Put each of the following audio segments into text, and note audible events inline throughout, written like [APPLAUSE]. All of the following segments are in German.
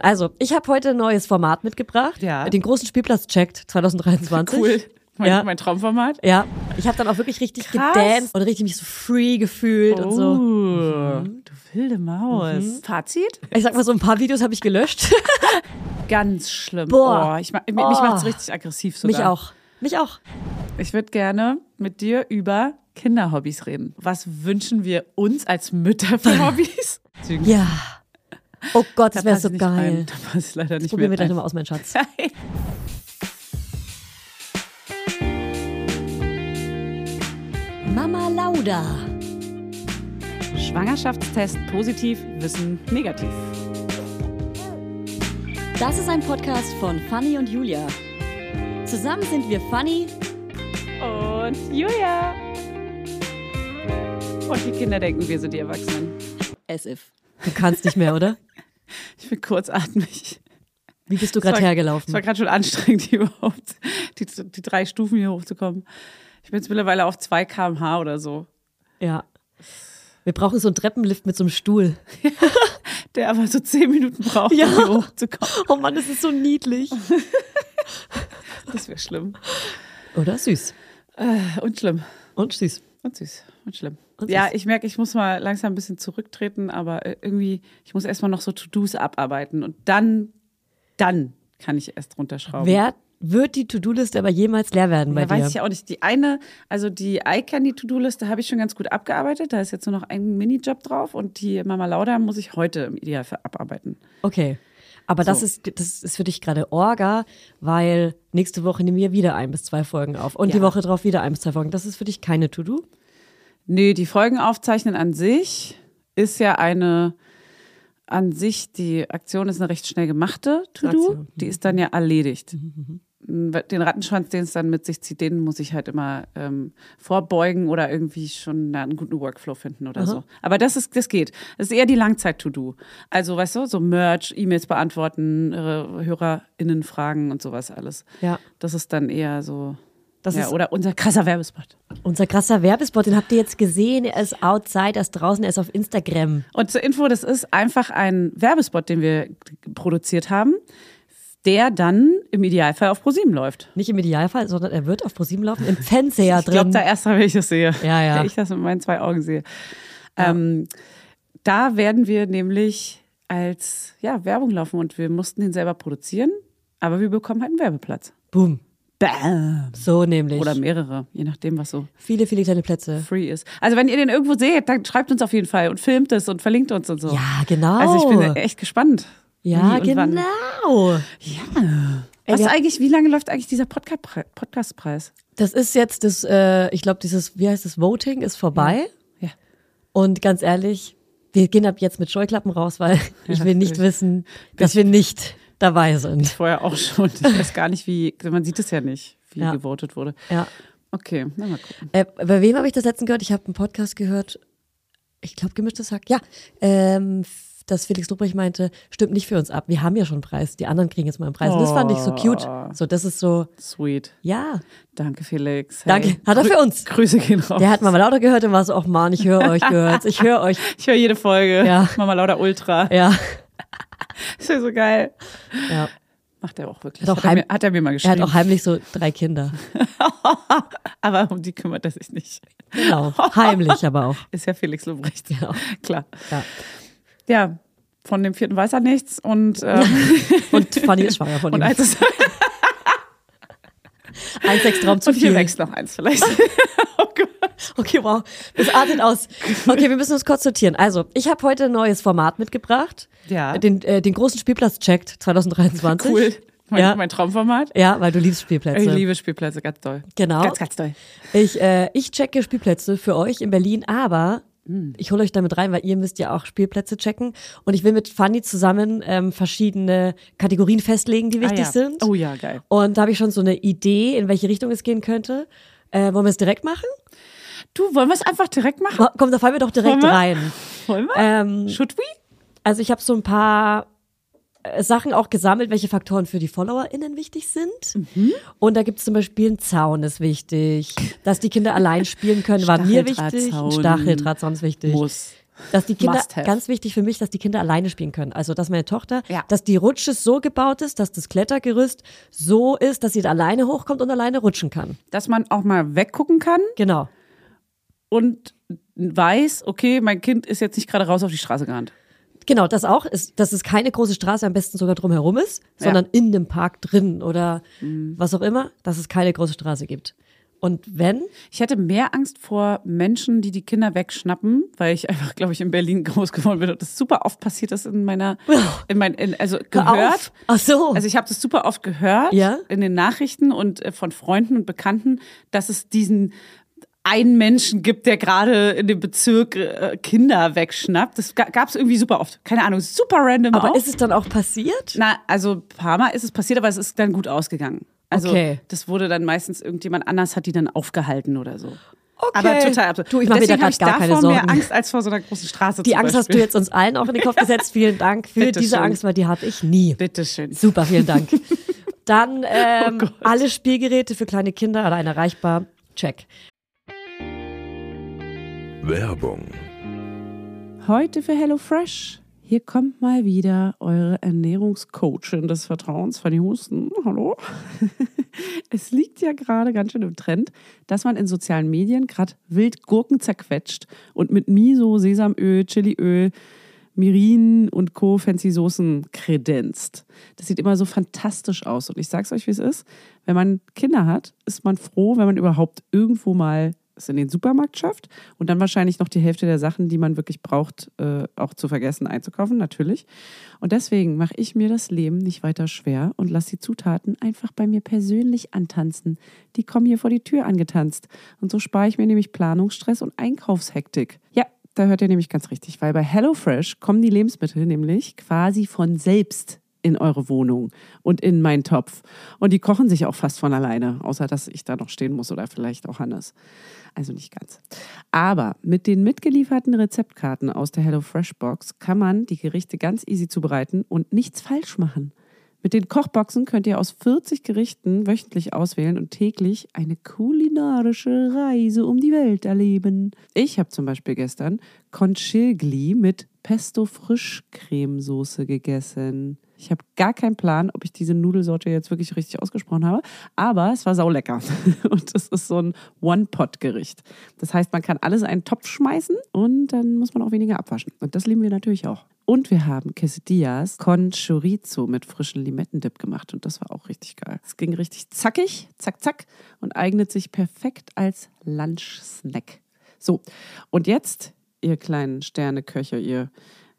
Also, ich habe heute ein neues Format mitgebracht. Ja. Den großen Spielplatz checkt 2023. Cool. Mein, Ja. mein Traumformat. Ja, ich habe dann auch wirklich richtig Krass. gedanced und richtig mich so free gefühlt und so. Mhm. Oh, du wilde Maus. Fazit? Ich sag mal so, ein paar Videos habe ich gelöscht. [LAUGHS] Ganz schlimm. Boah. Oh, ich, ma- mi- Mich Oh. macht's richtig aggressiv sogar. Mich auch. Mich auch. Ich würde gerne mit dir über Kinderhobbys reden. Was wünschen wir uns als [LAUGHS] Mütter für Hobbys? Deswegen- Ja. Oh Gott, das Da wäre passt so nicht geil. rein. Da passt leider nicht Probieren wir mehr. gleich rein. nochmal aus, mein Schatz. Mama Lauda. [LAUGHS] Schwangerschaftstest positiv, Wissen negativ. Das ist ein Podcast von Fanny und Julia. Zusammen sind wir Fanny. Und Julia. Und die Kinder denken, wir sind die Erwachsenen. As if. Du kannst nicht mehr, oder? Ich bin kurzatmig. Wie bist du gerade war- Es hergelaufen? war gerade schon anstrengend, [LAUGHS] hier überhaupt die, die drei Stufen hier hochzukommen. Ich bin jetzt mittlerweile auf 2 km/h oder so. Ja. Wir brauchen so einen Treppenlift mit so einem Stuhl. Der aber so zehn Minuten braucht, Ja. um hier hochzukommen. [LAUGHS] Oh Mann, das ist so niedlich. Das wäre schlimm. Äh, Oder süß. Und schlimm. Und süß. Und süß. Und schlimm. Und ja, süß. ich merke, ich muss mal langsam ein bisschen zurücktreten, aber äh, irgendwie, ich muss erstmal noch so To-Dos abarbeiten und dann, dann kann ich erst runterschrauben. Wer wird die To-Do-Liste aber jemals leer werden bei Ja, weiß dir? ich ja auch nicht. Die eine, also die iCandy-To-Do-Liste habe ich schon ganz gut abgearbeitet. Da ist jetzt nur noch ein Minijob drauf und die Mama Lauda muss ich heute im Idealfall abarbeiten. Okay. Aber das, So. ist, das ist für dich gerade Orga, weil nächste Woche nehmen wir wieder ein bis zwei Folgen auf. Und die Ja. Woche drauf wieder ein bis zwei Folgen. Das ist für dich keine To-Do. Nee, die Folgen aufzeichnen an sich ist ja eine, an sich, die Aktion ist eine recht schnell gemachte To-Do. Aktion. Mhm. Die ist dann ja erledigt. Mhm, Den Rattenschwanz, den es dann mit sich zieht, den muss ich halt immer ähm, vorbeugen oder irgendwie schon na, einen guten Workflow finden oder so. Aber das ist, das geht. Das ist eher die Langzeit-To-Do. Also, weißt du, so Merch, E-Mails beantworten, äh, HörerInnen fragen und sowas alles. Ja. Das ist dann eher so. Das ja, ist- oder unser krasser Werbespot. Unser krasser Werbespot, den habt ihr jetzt gesehen. Er ist outside, er ist draußen, er ist auf Instagram. Und zur Info, das ist einfach ein Werbespot, den wir produziert haben, der dann im Idealfall auf ProSieben läuft. Nicht im Idealfall, sondern er wird auf ProSieben laufen, im Fernseher Ich glaube, drin. da erst mal, wenn ich das sehe. Ja, ja. Wenn [LAUGHS] ich das mit meinen zwei Augen sehe. Ähm, da werden wir nämlich als ja, Werbung laufen und wir mussten den selber produzieren, aber wir bekommen halt einen Werbeplatz. Boom. Bam. So nämlich. Oder mehrere, je nachdem, was so viele, viele kleine Plätze. free ist. Also wenn ihr den irgendwo seht, dann schreibt uns auf jeden Fall und filmt es und verlinkt uns und so. Ja, genau. Also ich bin echt gespannt. wie ja, und wann. genau. Ja. Was wir- eigentlich, wie lange läuft eigentlich dieser Podca- Podcastpreis? Das ist jetzt das, äh, ich glaube, dieses, wie heißt das, Voting ist vorbei. Ja. Und ganz ehrlich, wir gehen ab jetzt mit Scheuklappen raus, weil ich will nicht natürlich. wissen, dass wir nicht dabei sind. Vorher auch schon. [LAUGHS] Ich weiß gar nicht, wie, man sieht es ja nicht, wie Ja. gewotet wurde. Ja. Okay, na mal gucken. Äh, bei wem habe ich das letzten gehört? Ich habe einen Podcast gehört, ich glaube, gemischtes Hack. Ja, ähm, f- dass Felix Lobrecht meinte, stimmt nicht für uns ab. Wir haben ja schon einen Preis. Die anderen kriegen jetzt mal einen Preis. Und das fand ich so cute. So, das ist so, Sweet. ja, Danke, Felix. Hey. danke. Hat er für uns. Grüße gehen raus. Der hat Mama Lauter gehört und war so, oh Mann, ich höre euch gehört. Ich höre euch. ich höre jede Folge. Ja. Mama Lauda Ultra. Ja, Ist ja so geil. ja. Macht er auch wirklich. Hat auch Hat, er, heim- mir, hat er mir mal Er hat geschrieben. auch heimlich so drei Kinder. aber um die kümmert er sich nicht. Genau. Heimlich aber auch. Ist ja Felix Lobrecht. Genau. Klar. Ja. Ja, von dem vierten weiß er [LAUGHS] nichts und, ähm, Und Fanny ist schwanger von und ihm. als es Ein Sextraum zu Und hier viel. wächst noch eins vielleicht. [LAUGHS] oh Gott. Okay, wow. Das artet aus. Okay, wir müssen uns kurz sortieren. Also, ich habe heute ein neues Format mitgebracht. Ja. Den, äh, den großen Spielplatz checkt 2023. Cool. Mein, Ja. mein Traumformat. Ja, weil du liebst Spielplätze. Ich liebe Spielplätze, ganz toll. Genau. Ganz, ganz toll. Ah, Ich, äh, ich checke Spielplätze für euch in Berlin, aber Hm. ich hole euch damit rein, weil ihr müsst ja auch Spielplätze checken. Und ich will mit Fanny zusammen ähm, verschiedene Kategorien festlegen, die wichtig ja. sind. Oh ja, geil. Und da habe ich schon so eine Idee, in welche Richtung es gehen könnte. Äh, wollen wir es direkt machen? Du, wollen wir es einfach direkt machen? Ma- Komm, da fallen wir doch direkt Wollen wir? rein. Wollen wir? Ähm, Should we? also ich habe so ein paar äh, Sachen auch gesammelt, welche Faktoren für die FollowerInnen wichtig sind. Mhm. Und da gibt es zum Beispiel ein Zaun ist wichtig, dass die Kinder allein spielen können, war mir wichtig. Ein Stacheldrahtzaun. Stacheldrahtzaun ist wichtig. Muss. Dass die Kinder, Must have. ganz wichtig für mich, dass die Kinder alleine spielen können. Also, dass meine Tochter, Ja. dass die Rutsche so gebaut ist, dass das Klettergerüst so ist, dass sie da alleine hochkommt und alleine rutschen kann. Dass man auch mal weggucken kann Genau. und weiß, okay, mein Kind ist jetzt nicht gerade raus auf die Straße gerannt. Genau, das auch ist, dass es keine große Straße am besten sogar drumherum ist, Ja. Mhm. sondern in dem Park drin oder was auch immer, dass es keine große Straße gibt. Und wenn, Ich hätte mehr Angst vor Menschen, die die Kinder wegschnappen, weil ich einfach, glaube ich, in Berlin [LAUGHS] groß geworden bin und das super oft passiert ist in meiner, in mein, in, also Hör auf. gehört. Ach so. Also ich habe das super oft gehört Ja? in den Nachrichten und äh, von Freunden und Bekannten, dass es diesen einen Menschen gibt, der gerade in dem Bezirk äh, Kinder wegschnappt. Das gab es irgendwie super oft. Keine Ahnung, super random aber auch. ist es dann auch passiert? Na, also ein paar Mal ist es passiert, aber es ist dann gut ausgegangen. Also Okay. das wurde dann meistens irgendjemand anders hat die dann aufgehalten oder so. Okay. Aber total absurd. Du, ich mach mir da Deswegen grad hab ich gar davor keine Sorgen. mehr Angst als vor so einer großen Straße. Die zum Angst hast du Beispiel. jetzt uns allen auch in den [LAUGHS] Kopf gesetzt. Vielen Dank für Bitte diese schön. Angst, weil die habe ich nie. Bitteschön. Super, vielen [LAUGHS] Dank. Dann ähm, Oh Gott. alle Spielgeräte für kleine Kinder allein erreichbar. Check. Werbung. Heute für HelloFresh. Hier kommt mal wieder eure Ernährungscoachin des Vertrauens, Fanny Husten. Hallo. [LAUGHS] es liegt ja gerade ganz schön im Trend, dass man in sozialen Medien gerade wild Gurken zerquetscht und mit Miso, Sesamöl, Chiliöl, Mirin und Co. fancy Soßen kredenzt. Das sieht immer so fantastisch aus. Und ich sag's euch, wie es ist. Wenn man Kinder hat, ist man froh, wenn man überhaupt irgendwo mal es in den Supermarkt schafft und dann wahrscheinlich noch die Hälfte der Sachen, die man wirklich braucht, äh, auch zu vergessen einzukaufen, natürlich. Und deswegen mache ich mir das Leben nicht weiter schwer und lasse die Zutaten einfach bei mir persönlich antanzen. Die kommen hier vor die Tür angetanzt. Und so spare ich mir nämlich Planungsstress und Einkaufshektik. Ja, da hört ihr nämlich ganz richtig, weil bei HelloFresh kommen die Lebensmittel nämlich quasi von selbst in eure Wohnung und in meinen Topf. Und die kochen sich auch fast von alleine, außer dass ich da noch stehen muss oder vielleicht auch Hannes. Also nicht ganz. Aber mit den mitgelieferten Rezeptkarten aus der HelloFresh-Box kann man die Gerichte ganz easy zubereiten und nichts falsch machen. Mit den Kochboxen könnt ihr aus 40 Gerichten wöchentlich auswählen und täglich eine kulinarische Reise um die Welt erleben. Ich habe zum Beispiel gestern Conchigli mit Pesto Frischcremesoße gegessen. Ich habe gar keinen Plan, ob ich diese Nudelsorte jetzt wirklich richtig ausgesprochen habe, aber es war saulecker. [LAUGHS] Und es ist so ein One-Pot-Gericht. Das heißt, man kann alles in einen Topf schmeißen und dann muss man auch weniger abwaschen. Und das lieben wir natürlich auch. Und wir haben Quesadillas con Chorizo mit frischen Limettendip gemacht und das war auch richtig geil. Es ging richtig zackig, zack, zack und eignet sich perfekt als Lunch-Snack. So, und jetzt, ihr kleinen Sterneköche, ihr,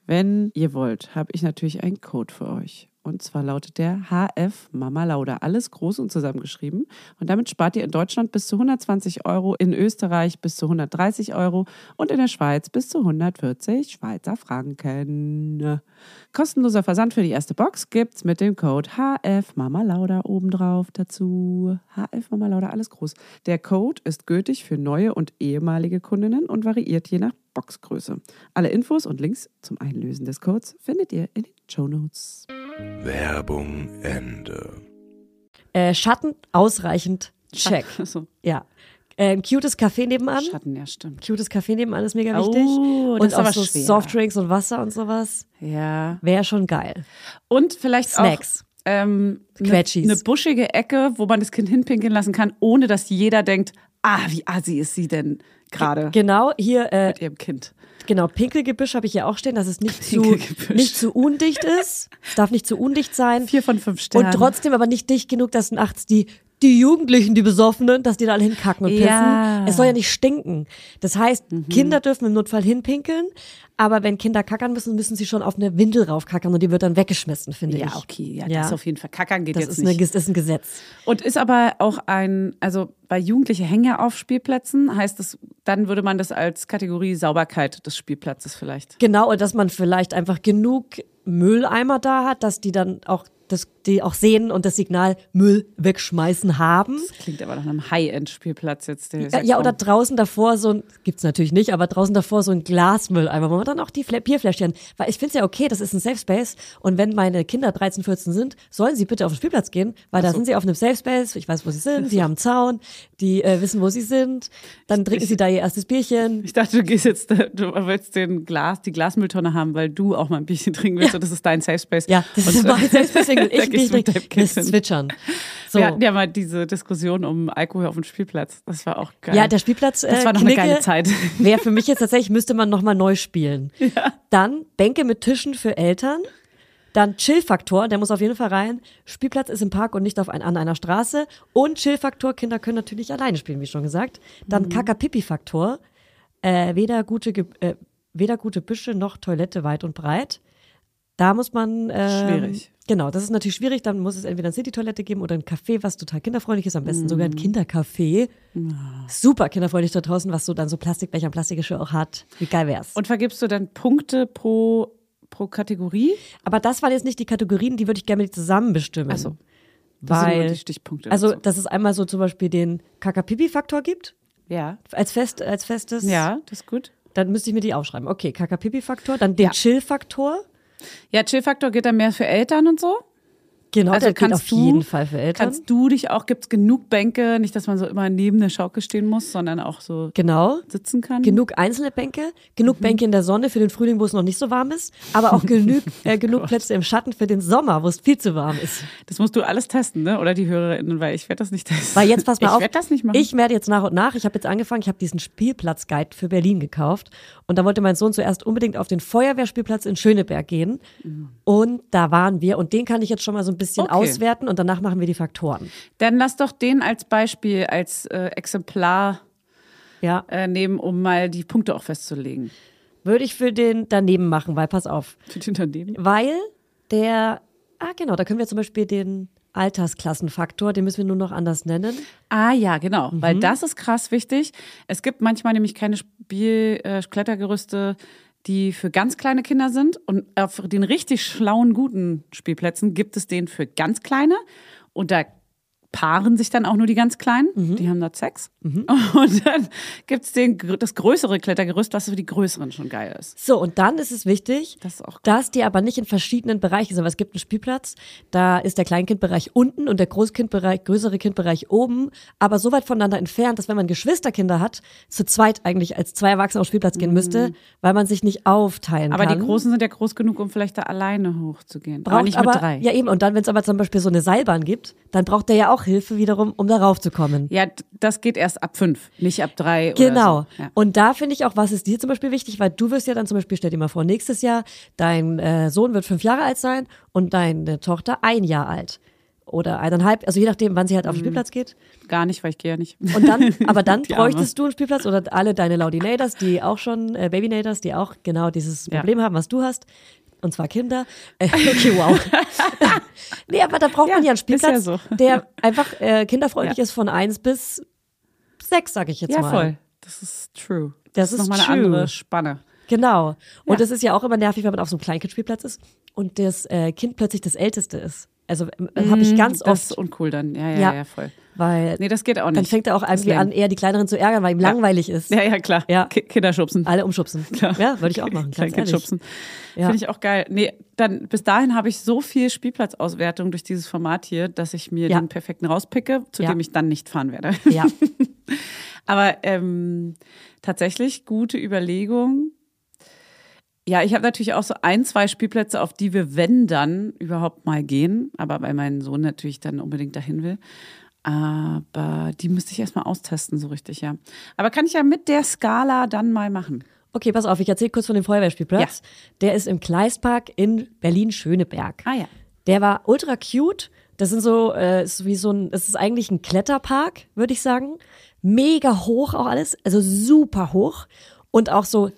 wenn ihr wollt, habe ich natürlich einen Code für euch. Und zwar lautet der HF Mama Lauda. Alles groß und zusammengeschrieben. Und damit spart ihr in Deutschland bis zu 120 Euro, in Österreich bis zu 130 Euro und in der Schweiz bis zu 140 Schweizer Franken. Kostenloser Versand für die erste Box gibt's mit dem Code HF Mama Lauda obendrauf dazu. HF Mama Lauda, alles groß. Der Code ist gültig für neue und ehemalige Kundinnen und variiert je nach Boxgröße. Alle Infos und Links zum Einlösen des Codes findet ihr in den Show Notes. Werbung Ende. Äh, Schatten ausreichend. [LAUGHS] Check. Achso, Ja. Äh, ein cutes Café nebenan. Schatten, ja, stimmt. Cutes Café nebenan ist mega Oh, wichtig. das und ist auch aber so schwer. Softdrinks und Wasser und sowas. Ja. Wäre schon geil. Und vielleicht Snacks. auch ähm, eine Quetschis. ne buschige Ecke, wo man das Kind hinpinkeln lassen kann, ohne dass jeder denkt, ah, wie assi ist sie denn gerade Genau, hier, äh, mit ihrem Kind. genau, Pinkelgebüsch habe ich hier auch stehen, dass es nicht zu, Pinkelgebüsch. nicht zu undicht ist. Es darf nicht zu undicht sein. Vier von fünf Sternen. Und trotzdem aber nicht dicht genug, dass nachts die, die Jugendlichen, die Besoffenen, dass die da alle hinkacken und pissen. Ja. Mhm. Es soll ja nicht stinken. Das heißt, Kinder dürfen im Notfall hinpinkeln, aber wenn Kinder kackern müssen, müssen sie schon auf eine Windel raufkackern und die wird dann weggeschmissen, finde ich. ja, okay, ja, das auf jeden Fall. Kackern geht das jetzt ist, nicht. eine, das ist ein Gesetz. Und ist aber auch ein, also bei Jugendliche hängen ja auf Spielplätzen, heißt es, dann würde man das als Kategorie Sauberkeit des Spielplatzes vielleicht. Genau, und dass man vielleicht einfach genug Mülleimer da hat, dass die dann auch das die auch sehen und das Signal Müll wegschmeißen haben. Das klingt aber nach einem High-End-Spielplatz jetzt. der Ja, sagt, ja, komm. oder draußen davor so ein, gibt's natürlich nicht, aber draußen davor so ein Glasmülleimer, wo man dann auch die Fla- Bierfläschchen, weil ich finde es ja okay, das ist ein Safe Space und wenn meine Kinder 13, 14 sind, sollen sie bitte auf den Spielplatz gehen, weil da sind sie auf einem Safe Space, ich weiß, wo sie sind, [LAUGHS] die haben einen Zaun, die äh, wissen, wo sie sind, dann trinken sie da ihr erstes Bierchen. Ich dachte, du gehst jetzt, da- du willst den Glas, die Glasmülltonne haben, weil du auch mal ein bisschen trinken willst und das ist dein Safe Space. Ja, das und, [LAUGHS] äh, ist mein Safe Space, deswegen will da ich ein Bier gehst du mit trinken. deinem Kind Das hin. zwitschern. So. Wir hatten ja mal diese Diskussion um Alkohol auf dem Spielplatz. Das war auch geil. Ja, der Spielplatz. Das äh, war noch Knicke eine [LAUGHS] geile Zeit. [LAUGHS] Wäre für mich jetzt tatsächlich, müsste man nochmal neu spielen. Dann Bänke mit Tischen für Eltern. Dann Chill-Faktor, der muss auf jeden Fall rein. Spielplatz ist im Park und nicht auf ein, an einer Straße. Und Chill-Faktor, Kinder können natürlich alleine spielen, wie schon gesagt. Dann Mhm. Kaka-Pipi-Faktor, äh, weder, gute Ge äh, weder gute Büsche noch Toilette weit und breit. Da muss man. ähm, Schwierig. Genau, das ist natürlich schwierig. Dann muss es entweder eine City-Toilette geben oder ein Café, was total kinderfreundlich ist. Am besten Mhm. sogar ein Kindercafé. Super kinderfreundlich da draußen, was so dann so Plastikbecher und Plastikgeschirr auch hat. Wie geil wär's. Und vergibst du dann Punkte pro, pro Kategorie? Aber das waren jetzt nicht die Kategorien, die würde ich gerne mit zusammen bestimmen. so. Das sind nur Weil, die Stichpunkte. also, dazu. dass es einmal so zum Beispiel den Kakapipi-Faktor gibt, ja. als, fest, als festes. Ja, das ist gut. Dann müsste ich mir die aufschreiben. Okay, Kakapipi-Faktor, dann den Ja. Chill-Faktor. Ja, Chill-Faktor geht dann mehr für Eltern und so. Genau, Also der geht kannst auf du- jeden Fall für Eltern. Kannst du dich auch, gibt es genug Bänke, nicht, dass man so immer neben der Schaukel stehen muss, sondern auch so Genau. sitzen kann? Genug einzelne Bänke, genug Mhm. Bänke in der Sonne für den Frühling, wo es noch nicht so warm ist, aber auch [LAUGHS] genug, äh, Oh genug Plätze im Schatten für den Sommer, wo es viel zu warm ist. Das musst du alles testen, ne? Oder die HörerInnen, weil ich werde das nicht testen. Weil jetzt pass mal ich auf, Ich werde das nicht machen. ich werde jetzt nach und nach, ich habe jetzt angefangen, ich habe diesen Spielplatzguide für Berlin gekauft und da wollte mein Sohn zuerst unbedingt auf den Feuerwehrspielplatz in Schöneberg gehen und da waren wir und den kann ich jetzt schon mal so ein bisschen Mhm. Okay. auswerten und danach machen wir die Faktoren. Dann lass doch den als Beispiel, als äh, Exemplar Ja, äh, nehmen, um mal die Punkte auch festzulegen. würde ich für den daneben machen, weil pass auf, Für die Unternehmen. Weil der, ah genau, da können wir zum Beispiel den Altersklassenfaktor, den müssen wir nur noch anders nennen. Ah ja, genau. Mhm. Weil das ist krass wichtig. Es gibt manchmal nämlich keine Spiel äh, Klettergerüste, die für ganz kleine Kinder sind. Und auf den richtig schlauen, guten Spielplätzen gibt es den für ganz kleine. Und da paaren sich dann auch nur die ganz Kleinen. Mhm. Die haben dort Sex. [LAUGHS] Und dann gibt es das größere Klettergerüst, was für die Größeren schon geil ist. So, und dann ist es wichtig, Das ist auch- dass die aber nicht in verschiedenen Bereichen sind. Weil es gibt einen Spielplatz, da ist der Kleinkindbereich unten und der Großkindbereich, größere Kindbereich oben, aber so weit voneinander entfernt, dass wenn man Geschwisterkinder hat, zu zweit eigentlich als zwei Erwachsene auf den Spielplatz gehen müsste, weil man sich nicht aufteilen Mhm. Aber kann. die Großen sind ja groß genug, um vielleicht da alleine hochzugehen. aber braucht nicht aber, mit drei. Ja, eben. Und dann, wenn es aber zum Beispiel so eine Seilbahn gibt, dann braucht der ja auch Hilfe wiederum, um da raufzukommen. Ja, d- das geht erst ab fünf, nicht ab drei. Genau. Oder so. ja. Und da finde ich auch, was ist dir zum Beispiel wichtig, weil du wirst ja dann zum Beispiel, stell dir mal vor, nächstes Jahr, dein äh, Sohn wird fünf Jahre alt sein und deine Tochter ein Jahr alt. Oder eineinhalb, also je nachdem, wann sie halt auf den Spielplatz geht. Gar nicht, weil ich gehe ja nicht. Und dann, aber dann Mhm. Die Arme. bräuchtest du einen Spielplatz oder alle deine Laudinators, die auch schon, äh, Babynators, die auch genau dieses Ja. Problem haben, was du hast. Und zwar Kinder. Äh, [LAUGHS] okay, [LAUGHS] wow. nee, aber da braucht man ja einen Ja, ist ja Spielplatz, so. der einfach äh, kinderfreundlich Ja. ist von eins bis sechs, sage ich jetzt [LAUGHS] Ja, mal. voll. Das ist true. Das ist nochmal eine true. andere Spanne. Genau. Und Ja. das ist ja auch immer nervig, wenn man auf so einem Kleinkindspielplatz ist und das äh, Kind plötzlich das Älteste ist. Also habe ich ganz Mm, Das oft, ist uncool dann. Ja, ja, Ja. ja, voll. weil Nee, das geht auch nicht. dann fängt er auch irgendwie Deswegen. an, eher die Kleineren zu ärgern, weil ihm langweilig ist. Ja, ja, klar. Ja. Ki- Kinder schubsen. [LAUGHS] Alle umschubsen. Ja, würde ich auch machen, ganz Kleinkind ehrlich. schubsen. Ja. Finde ich auch geil. Nee, dann, bis dahin habe ich so viel Spielplatzauswertung durch dieses Format hier, dass ich mir Ja. den perfekten rauspicke, zu Ja. dem ich dann nicht fahren werde. Ja. [LAUGHS] Aber ähm, tatsächlich gute Überlegung. Ja, ich habe natürlich auch so ein, zwei Spielplätze, auf die wir, wenn dann, überhaupt mal gehen. Aber weil mein Sohn natürlich dann unbedingt dahin will. Aber die müsste ich erstmal austesten, so richtig, ja. Aber kann ich ja mit der Skala dann mal machen. Okay, pass auf, ich erzähle kurz von dem Feuerwehrspielplatz. Der ist im Kleistpark in Berlin-Schöneberg. Ah, ja. Der war ultra cute. Das sind so, äh, ist wie so ein, es ist eigentlich ein Kletterpark, würde ich sagen. Mega hoch auch alles, also super hoch. Und auch so,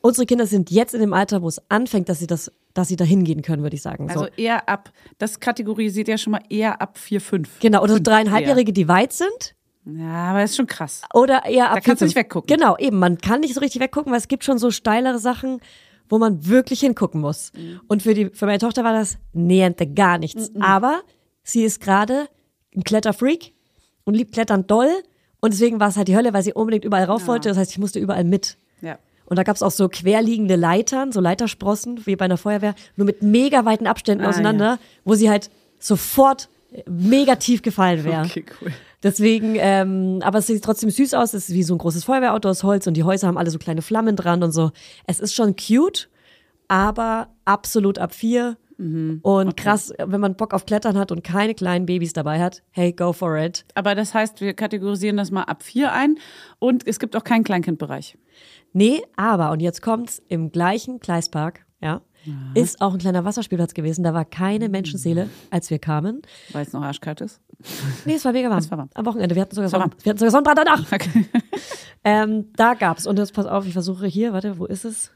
unsere Kinder sind jetzt in dem Alter, wo es anfängt, dass sie das, dass sie da hingehen können, würde ich sagen. So. Also eher ab, das kategorisiert ja schon mal eher ab 4, 5. genau, oder so dreieinhalbjährige, die weit sind. Ja, aber ist schon krass. Oder eher ab kannst 14. du nicht weggucken. Genau, eben. Man kann nicht so richtig weggucken, weil es gibt schon so steilere Sachen, wo man wirklich hingucken muss. Mhm. Und für, die, für meine Tochter war das nähernde gar nichts. Aber sie ist gerade ein Kletterfreak und liebt Klettern doll. Und deswegen war es halt die Hölle, weil sie unbedingt überall rauf wollte. Das heißt, ich musste überall mit. Ja. Und da gab es auch so querliegende Leitern, so Leitersprossen, wie bei einer Feuerwehr, nur mit mega weiten Abständen Ah, auseinander, wo sie halt sofort mega tief gefallen wäre. Okay, cool. Deswegen, ähm, aber es sieht trotzdem süß aus. Es ist wie so ein großes Feuerwehrauto aus Holz und die Häuser haben alle so kleine Flammen dran und so. Es ist schon cute, aber absolut ab vier. Mhm. Und krass, wenn man Bock auf Klettern hat und keine kleinen Babys dabei hat, hey, go for it. Aber das heißt, wir kategorisieren das mal ab vier ein und es gibt auch keinen Kleinkindbereich. Nee, aber, und jetzt kommt's, im gleichen Gleispark, ja, ist auch ein kleiner Wasserspielplatz gewesen. Da war keine Menschenseele, Mhm. als wir kamen. Weil es noch arschkalt [LAUGHS] ist. Nee, es war mega warm. war warm. Am Wochenende. Wir hatten sogar, war Sonn warm. wir hatten sogar Sonnenbrand danach. Okay. Ähm, da gab's, und jetzt pass auf, ich versuche hier, warte, wo ist es?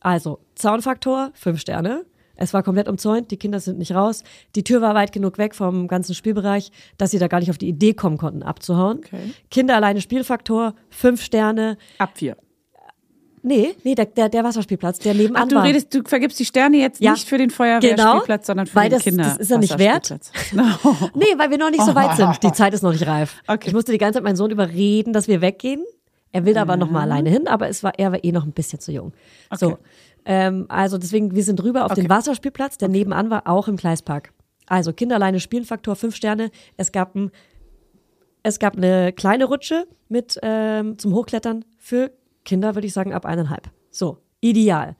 Also, Zaunfaktor, fünf Sterne. Es war komplett umzäunt, die Kinder sind nicht raus. Die Tür war weit genug weg vom ganzen Spielbereich, dass sie da gar nicht auf die Idee kommen konnten, abzuhauen. Okay. Kinder alleine Spielfaktor, fünf Sterne. Ab vier. Nee, nee, der, der, der Wasserspielplatz, der nebenan Ach, du war. redest, du vergibst die Sterne jetzt Ja. nicht für den Feuerwehrspielplatz, Genau, sondern für weil den das- Kinder. das ist er nicht wert. [LAUGHS] Wasserspielplatz. Nee, weil wir noch nicht so weit sind. Die Zeit ist noch nicht reif. Okay. Ich musste die ganze Zeit meinen Sohn überreden, dass wir weggehen. Er will aber noch mal alleine hin, aber es war, er war eh noch ein bisschen zu jung. So, ähm, also deswegen, wir sind rüber auf den Wasserspielplatz, der nebenan war, auch im Gleispark. Also Kinder alleine spielen, Faktor 5 Sterne. Es gab, ein, es gab eine kleine Rutsche mit ähm, zum Hochklettern für Kinder, würde ich sagen, ab eineinhalb. So, ideal.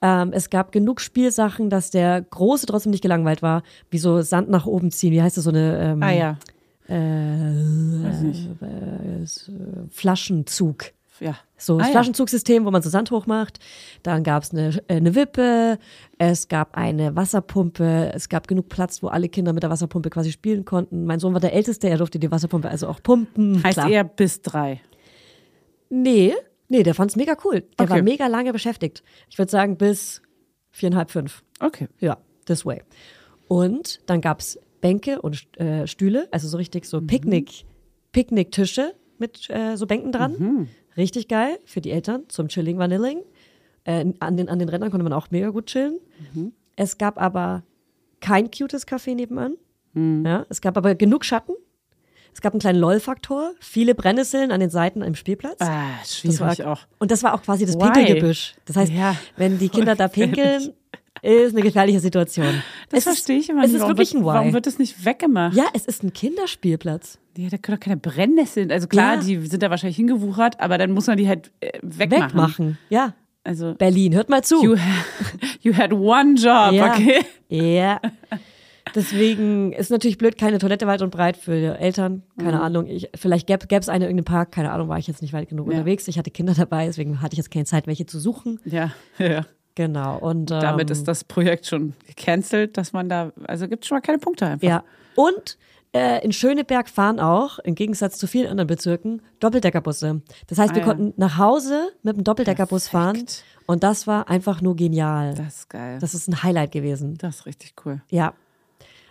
Ähm, es gab genug Spielsachen, dass der Große trotzdem nicht gelangweilt war, wie so Sand nach oben ziehen. Wie heißt das so eine ähm, Ah ja. äh, Weiß nicht. Flaschenzug? Ja. So das Ah, ja. Flaschenzugsystem, wo man so Sand hochmacht. Dann gab es eine, äh, eine Wippe, es gab eine Wasserpumpe, es gab genug Platz, wo alle Kinder mit der Wasserpumpe quasi spielen konnten. Mein Sohn war der Älteste, er durfte die Wasserpumpe also auch pumpen. Heißt Klar. eher bis drei. Nee, nee, der fand's mega cool. Der Okay. war mega lange beschäftigt. Ich würde sagen, bis viereinhalb, fünf. Okay. Ja, this way. Und dann gab's Bänke und äh, Stühle, also so richtig so Picknick, Picknicktische mit äh, so Bänken dran. Richtig geil für die Eltern zum Chilling Vanilling. Äh, an, den, an den Rändern konnte man auch mega gut chillen. Es gab aber kein cutes Café nebenan. Ja, es gab aber genug Schatten. Es gab einen kleinen LOL-Faktor, viele Brennnesseln an den Seiten im Spielplatz. Ah, Das war, schwierig auch. Und das war auch quasi das Why? Pinkelgebüsch. Das heißt, Ja, wenn die Kinder da voll pinkeln, ist eine gefährliche Situation. Das es verstehe ich ist, immer Es nicht. ist Warum wirklich wird, ein Why. Warum wird das nicht weggemacht? ja, es ist ein Kinderspielplatz. Ja, da können doch keine Brennnesseln. Also klar, Ja. die sind da wahrscheinlich hingewuchert, aber dann muss man die halt äh, wegmachen. Wegmachen. Ja. Also, Berlin, hört mal zu. you, ha- [LAUGHS] you had one job, ja. okay? [LAUGHS] Ja. Deswegen ist natürlich blöd, keine Toilette weit und breit für Eltern. Keine Mhm. Ahnung. Ich, vielleicht gäbe es eine in irgendeinem Park. Keine Ahnung, war ich jetzt nicht weit genug Ja. unterwegs. Ich hatte Kinder dabei, deswegen hatte ich jetzt keine Zeit, welche zu suchen. Ja, [LAUGHS] ja. Genau. Und ähm, Damit ist das Projekt schon gecancelt, dass man da, also gibt schon mal keine Punkte einfach. Ja. Und äh, in Schöneberg fahren auch, im Gegensatz zu vielen anderen Bezirken, Doppeldeckerbusse. Das heißt, wir Ah, ja. konnten nach Hause mit dem Doppeldeckerbus fahren Perfekt. und das war einfach nur genial. Das, Das ist geil. ist ein Highlight gewesen. das ist richtig cool. Ja.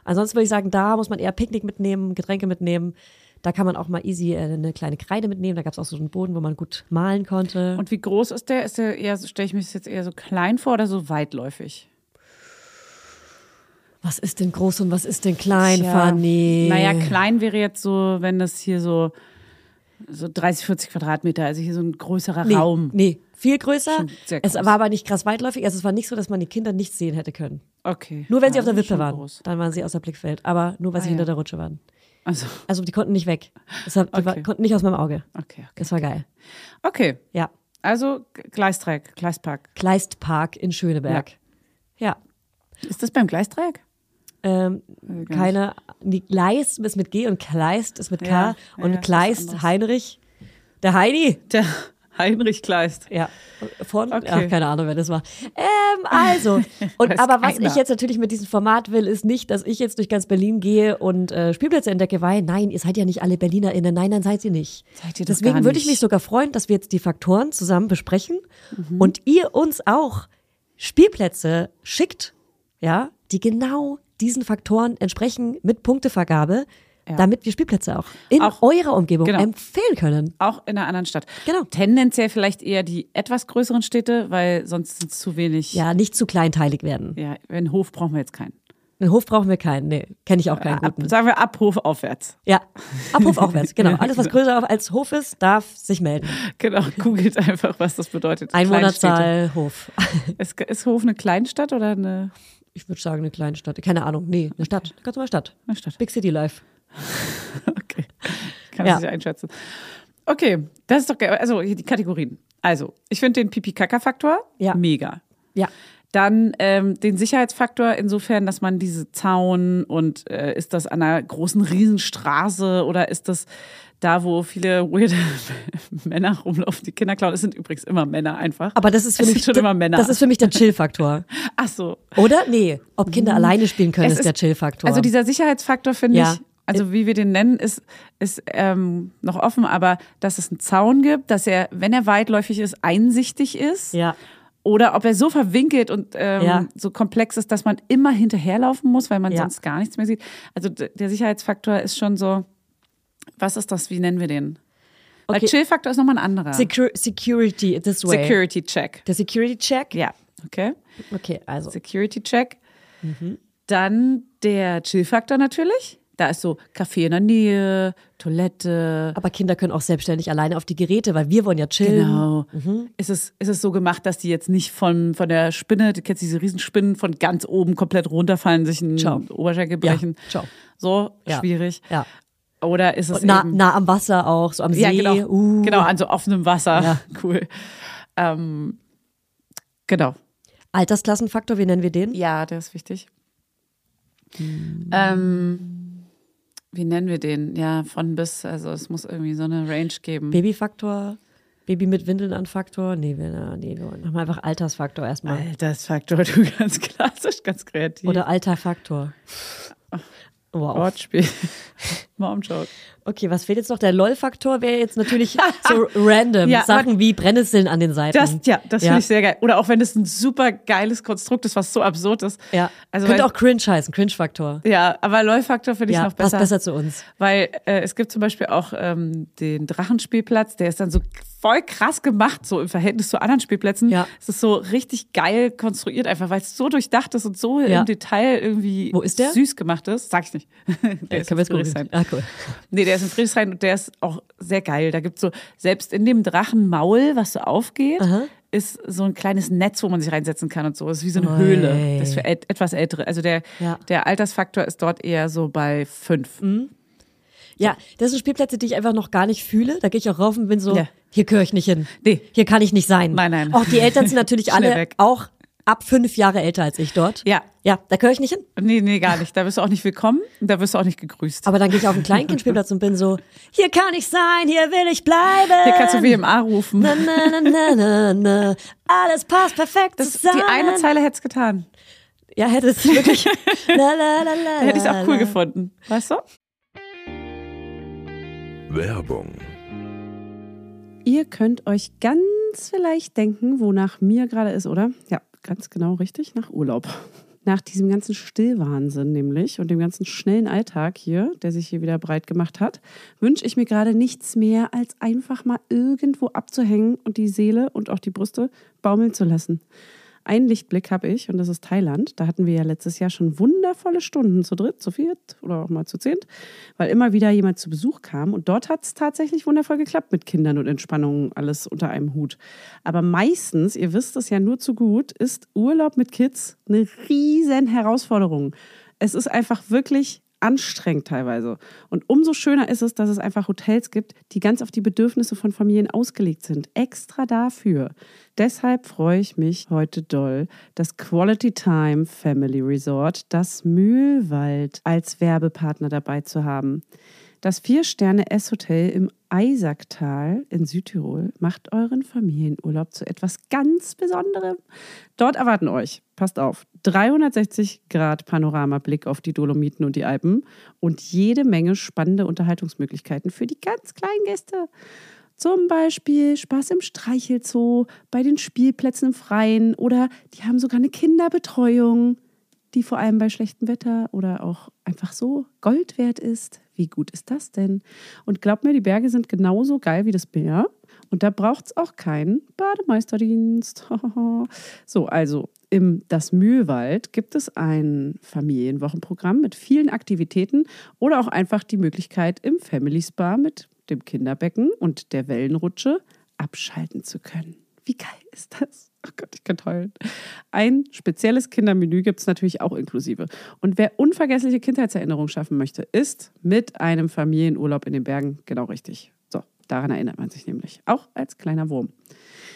Ansonsten würde ich sagen, da muss man eher Picknick mitnehmen, Getränke mitnehmen. Da kann man auch mal easy äh, eine kleine Kreide mitnehmen. Da gab es auch so einen Boden, wo man gut malen konnte. Und wie groß ist der? Ist der eher, so- stelle ich mich das jetzt eher so klein vor oder so weitläufig? was ist denn groß und was ist denn klein, Tja. Fanny? Naja, klein wäre jetzt so, wenn das hier so, so 30, 40 Quadratmeter, also hier so ein größerer Nee, Raum. Nee, viel größer. Schon sehr Es groß. war aber nicht krass weitläufig. Also es war nicht so, dass man die Kinder nicht sehen hätte können. Okay. Nur wenn sie Ja, auf der das ist Wippe schon waren. groß. Dann waren sie außer Blickfeld. Aber nur, weil sie Ah, hinter ja. der Rutsche waren. Also, [LAUGHS] Also die konnten nicht weg. Das hat, die Okay. war, konnten nicht aus meinem Auge. okay, okay. Das war geil. Okay, Ja. also G- Gleisdreieck, Gleispark. Kleistpark in Schöneberg. Ja. Ist das beim Gleisdreieck? Ähm, Äh, nicht. keine, die Gleist ist mit G und Kleist ist mit K Ja, ja, und ja, ist was Kleist anderes. Heinrich. Der Heini. Der [LAUGHS] Heinrich Kleist. Ja, von, Okay. ach, keine Ahnung, wer das war. Ähm, [LAUGHS] also, und Weiß aber was keiner. ich jetzt natürlich mit diesem Format will, ist nicht, dass ich jetzt durch ganz Berlin gehe und äh, Spielplätze entdecke, weil nein, ihr seid ja nicht alle BerlinerInnen. Nein, nein, seid ihr nicht. Seid ihr doch Deswegen gar würde ich nicht. mich sogar freuen, dass wir jetzt die Faktoren zusammen besprechen Mhm. und ihr uns auch Spielplätze schickt, ja, die genau diesen Faktoren entsprechen mit Punktevergabe. Ja. damit wir Spielplätze auch in Auch- eurer Umgebung Genau. empfehlen können. Auch in einer anderen Stadt. Genau. Tendenziell vielleicht eher die etwas größeren Städte, weil sonst sind es zu wenig. Ja, nicht zu kleinteilig werden. Ja, einen Hof brauchen wir jetzt keinen. Einen Hof brauchen wir keinen. Nee, kenne ich auch keinen Äh, Ab, guten. sagen wir ab [LAUGHS] Hof aufwärts. Ja, ab Hof aufwärts. [LAUGHS] Genau. Alles, was größer als Hof ist, darf sich melden. Genau, googelt einfach, was das bedeutet. Einwohnerzahl, Hof. [LAUGHS] Kleinstädte. Ist, ist Hof eine Kleinstadt oder eine, Ich würde sagen, eine kleine Stadt. Keine Ahnung. Nee, eine Stadt. Ganz normal Stadt. eine Stadt? Big City Life. [LAUGHS] Okay. Kann Ja. ich nicht einschätzen. Okay, das ist doch geil. Also hier die Kategorien. Also, ich finde den Pipi-Kaka-Faktor Ja. mega. Ja. Dann ähm, den Sicherheitsfaktor insofern, dass man diese Zaun und äh, ist das an einer großen Riesenstraße oder ist das da, wo viele weirde [LAUGHS] Männer rumlaufen, die Kinder klauen. Es sind übrigens immer Männer einfach. Aber das ist für es mich sind schon da- immer Männer. Das ist für mich der Chill-Faktor. Ach so. Oder? Nee. Ob Kinder alleine spielen können, ist, der Chill-Faktor. Mhm. Also dieser Sicherheitsfaktor finde Ja. ich, also wie wir den nennen, ist, ist ähm, noch offen, aber dass es einen Zaun gibt, dass er, wenn er weitläufig ist, einsichtig ist. ja. Oder ob er so verwinkelt und ähm, Ja. so komplex ist, dass man immer hinterherlaufen muss, weil man Ja. sonst gar nichts mehr sieht. Also d- der Sicherheitsfaktor ist schon so, was ist das, wie nennen wir den? Weil Okay. Chill-Faktor ist nochmal ein anderer. Secu Security this way. Security-Check. Der Security-Check. Ja, okay. Okay, also. Security-Check. Mhm. Dann der Chill-Faktor natürlich. Da ist so Kaffee in der Nähe, Toilette. Aber Kinder können auch selbstständig alleine auf die Geräte, weil wir wollen ja chillen. Genau. Mhm. Ist, es, ist es so gemacht, dass die jetzt nicht von, von der Spinne, du kennst diese Riesenspinnen, von ganz oben komplett runterfallen, sich einen Ciao. Oberschenkel Ja, brechen? ciao. So, Ja. schwierig. Ja. Oder ist es Na, eben... nah am Wasser auch, so am See. ja, genau. Uh. Genau, an so offenem Wasser. Ja. [LAUGHS] Cool. Ähm, genau. Altersklassenfaktor, wie nennen wir den? Ja, der ist wichtig. Hm. Ähm, wie nennen wir den? Ja, von bis, also es muss irgendwie so eine Range geben. Babyfaktor, Baby mit Windeln an Faktor. Nee, wir, na, nee, wir machen mal einfach Altersfaktor erstmal. Äh, Altersfaktor, [LAUGHS] du ganz klassisch, ganz kreativ. Oder Alterfaktor. Oh. Wow. [LAUGHS] Wortspiel. Mom-Joke. Okay, was fehlt jetzt noch? Der LOL-Faktor wäre jetzt [LAUGHS] natürlich so random. Ja, Sachen wie Brennnesseln an den Seiten. Das, ja, das finde ich sehr geil. Oder auch wenn es ein super geiles Konstrukt ist, was so absurd ist. Ja. Also, Könnte weil, auch Cringe heißen, Cringe-Faktor. ja aber Läufaktor finde ich Ja, noch passt besser. besser zu uns. Weil äh, es gibt zum Beispiel auch ähm, den Drachenspielplatz, der ist dann so voll krass gemacht, so im Verhältnis zu anderen Spielplätzen. Ja. Es ist so richtig geil konstruiert, einfach weil es so durchdacht ist und so Ja. im Detail irgendwie Wo ist der? süß gemacht ist. Sag ich nicht. [LAUGHS] der ist Können wir in jetzt Friedrichshain. googeln. Ah, cool. Nee, der ist in Friedrichshain und der ist auch sehr geil. Da gibt's so, selbst in dem Drachenmaul, was so aufgeht, ist so ein kleines Netz, wo man sich reinsetzen kann und so. Das ist wie so eine Oi. Höhle. Das ist für et etwas ältere. Also der, Ja. der Altersfaktor ist dort eher so bei fünf. Mhm. Ja, das sind Spielplätze, die ich einfach noch gar nicht fühle. Da gehe ich auch rauf und bin so, Ja. hier gehöre ich nicht hin. Nee. Hier kann ich nicht sein. Nein, nein. Auch die Eltern sind natürlich [LAUGHS] Schnell alle weg. auch ab fünf Jahre älter als ich dort. Ja. Ja, da gehöre ich nicht hin. Nee, nee, gar nicht. Da wirst du auch nicht willkommen und da wirst du auch nicht gegrüßt. Aber dann gehe ich auf den Kleinkindspielplatz und bin so, hier kann ich sein, hier will ich bleiben. Hier kannst du WMA rufen. Na, na, na, na, na, na. Alles passt perfekt Das, die zusammen. eine Zeile hätte es getan. ja, hätte es wirklich. [LAUGHS] la, la, la, la, Hätte ich es auch la. cool gefunden. Weißt du? Werbung, Ihr könnt euch ganz vielleicht denken, wonach mir gerade ist, oder? Ja, ganz genau richtig, nach Urlaub. Nach diesem ganzen Stillwahnsinn nämlich und dem ganzen schnellen Alltag hier, der sich hier wieder breit gemacht hat, wünsche ich mir gerade nichts mehr, als einfach mal irgendwo abzuhängen und die Seele und auch die Brüste baumeln zu lassen. Einen Lichtblick habe ich und das ist Thailand. Da hatten wir ja letztes Jahr schon wundervolle Stunden zu dritt, zu viert oder auch mal zu zehnt, weil immer wieder jemand zu Besuch kam. Und dort hat es tatsächlich wundervoll geklappt mit Kindern und Entspannung, alles unter einem Hut. Aber meistens, ihr wisst es ja nur zu gut, ist Urlaub mit Kids eine riesen Herausforderung. Es ist einfach wirklich anstrengend teilweise. Und umso schöner ist es, dass es einfach Hotels gibt, die ganz auf die Bedürfnisse von Familien ausgelegt sind. Extra dafür. Deshalb freue ich mich heute doll, dass Quality Time Family Resort das Mühlwald als Werbepartner dabei zu haben. Das Vier-Sterne-S-Hotel im Eisacktal in Südtirol macht euren Familienurlaub zu etwas ganz Besonderem. Dort erwarten euch, passt auf, 360 Grad Panoramablick auf die Dolomiten und die Alpen und jede Menge spannende Unterhaltungsmöglichkeiten für die ganz kleinen Gäste. Zum Beispiel Spaß im Streichelzoo, bei den Spielplätzen im Freien oder die haben sogar eine Kinderbetreuung die vor allem bei schlechtem Wetter oder auch einfach so Gold wert ist. Wie gut ist das denn? Und glaub mir, die Berge sind genauso geil wie das Meer. Und da braucht es auch keinen Bademeisterdienst. [LAUGHS] so, also im Das Mühlwald gibt es ein Familienwochenprogramm mit vielen Aktivitäten oder auch einfach die Möglichkeit, im Family Spa mit dem Kinderbecken und der Wellenrutsche abschalten zu können. Wie geil ist das? Oh Gott, ich kann heulen. Ein spezielles Kindermenü gibt es natürlich auch inklusive. Und wer unvergessliche Kindheitserinnerungen schaffen möchte, ist mit einem Familienurlaub in den Bergen genau richtig. So, daran erinnert man sich nämlich, auch als kleiner Wurm.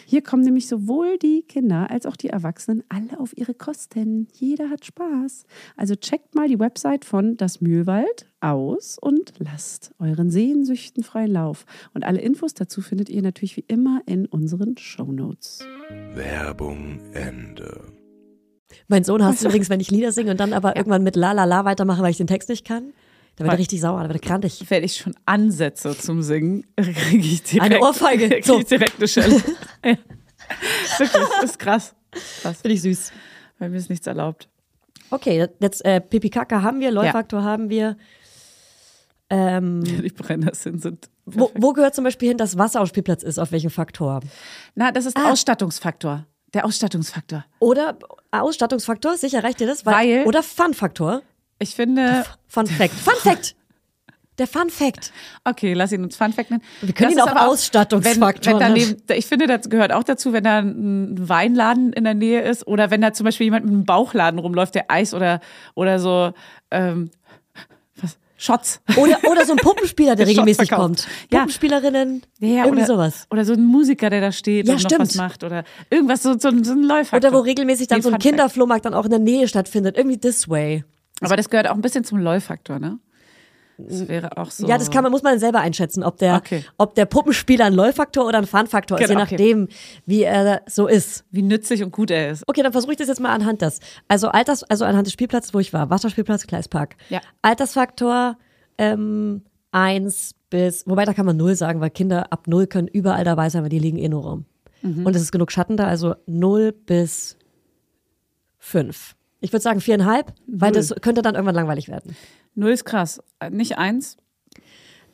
Hier kommen nämlich sowohl die Kinder als auch die Erwachsenen alle auf ihre Kosten. Jeder hat Spaß. Also checkt mal die Website von Das Mühlwald aus und lasst euren Sehnsüchten freien Lauf. Und alle Infos dazu findet ihr natürlich wie immer in unseren Shownotes. Werbung, Ende. Mein Sohn hasst übrigens, wenn ich Lieder singe und dann aber irgendwann mit La La La weitermache, weil ich den Text nicht kann. Da wird er Voll. richtig sauer, da wird er krantig. Wenn ich schon ansetze zum Singen, [LAUGHS] kriege ich direkt Eine [LAUGHS] Ohrfeige. Krieg So. ich direkt eine Schelle. [LAUGHS] Ja. Wirklich, ist krass. krass. Finde ich süß. Bei mir ist nichts erlaubt. Okay, jetzt äh, Pipi Kaka haben wir, Läufaktor haben wir. [LAUGHS] Ähm, Die Brenners sind. sind wo, wo gehört zum Beispiel hin, dass Wasser auf dem Spielplatz ist, auf welchem Faktor? Na, das ist Ah. Ausstattungsfaktor. Der Ausstattungsfaktor. Oder Ausstattungsfaktor, sicher reicht dir das? Weil- oder Fun-Faktor. Ich finde, Fun Fact. Fun Fact! Der Fun Fact. okay, lass ihn uns Fun Fact nennen. Wir können Das ihn ist auch aber Ausstattungsfaktor Wenn, wenn daneben, ich finde, das gehört auch dazu, wenn da ein Weinladen in der Nähe ist oder wenn da zum Beispiel jemand mit einem Bauchladen rumläuft, der Eis oder, oder so, ähm, was, Shots. Oder, oder so ein Puppenspieler, der Ist schon regelmäßig verkauft. kommt. Ja. Puppenspielerinnen, Ja, [LAUGHS] irgendwie oder, sowas. Oder so ein Musiker, der da steht Ja, und stimmt. noch was macht oder irgendwas, so, so, ein- so ein Läufer. Oder wo regelmäßig dann Nee, so ein Fun Fact. Kinderflohmarkt dann auch in der Nähe stattfindet. Irgendwie this way. Aber das gehört auch ein bisschen zum Läufaktor, ne? Das wäre auch so. Ja, das kann man, muss man selber einschätzen, ob der, Okay. ob der Puppenspieler ein Läufaktor oder ein Fun-Faktor ist, je Genau, okay. nachdem, wie er so ist. Wie nützlich und gut er ist. Okay, dann versuche ich das jetzt mal anhand des. Also Alters, also anhand des Spielplatzes, wo ich war. Wasserspielplatz, Gleispark. Ja. Altersfaktor ähm, 1 bis, wobei da kann man 0 sagen, weil Kinder ab 0 können überall dabei sein, weil die liegen eh nur rum. Mhm. Und es ist genug Schatten da, also 0 bis 5. Ich würde sagen 4,5, weil das könnte dann irgendwann langweilig werden. Null ist krass. Äh, Nicht eins.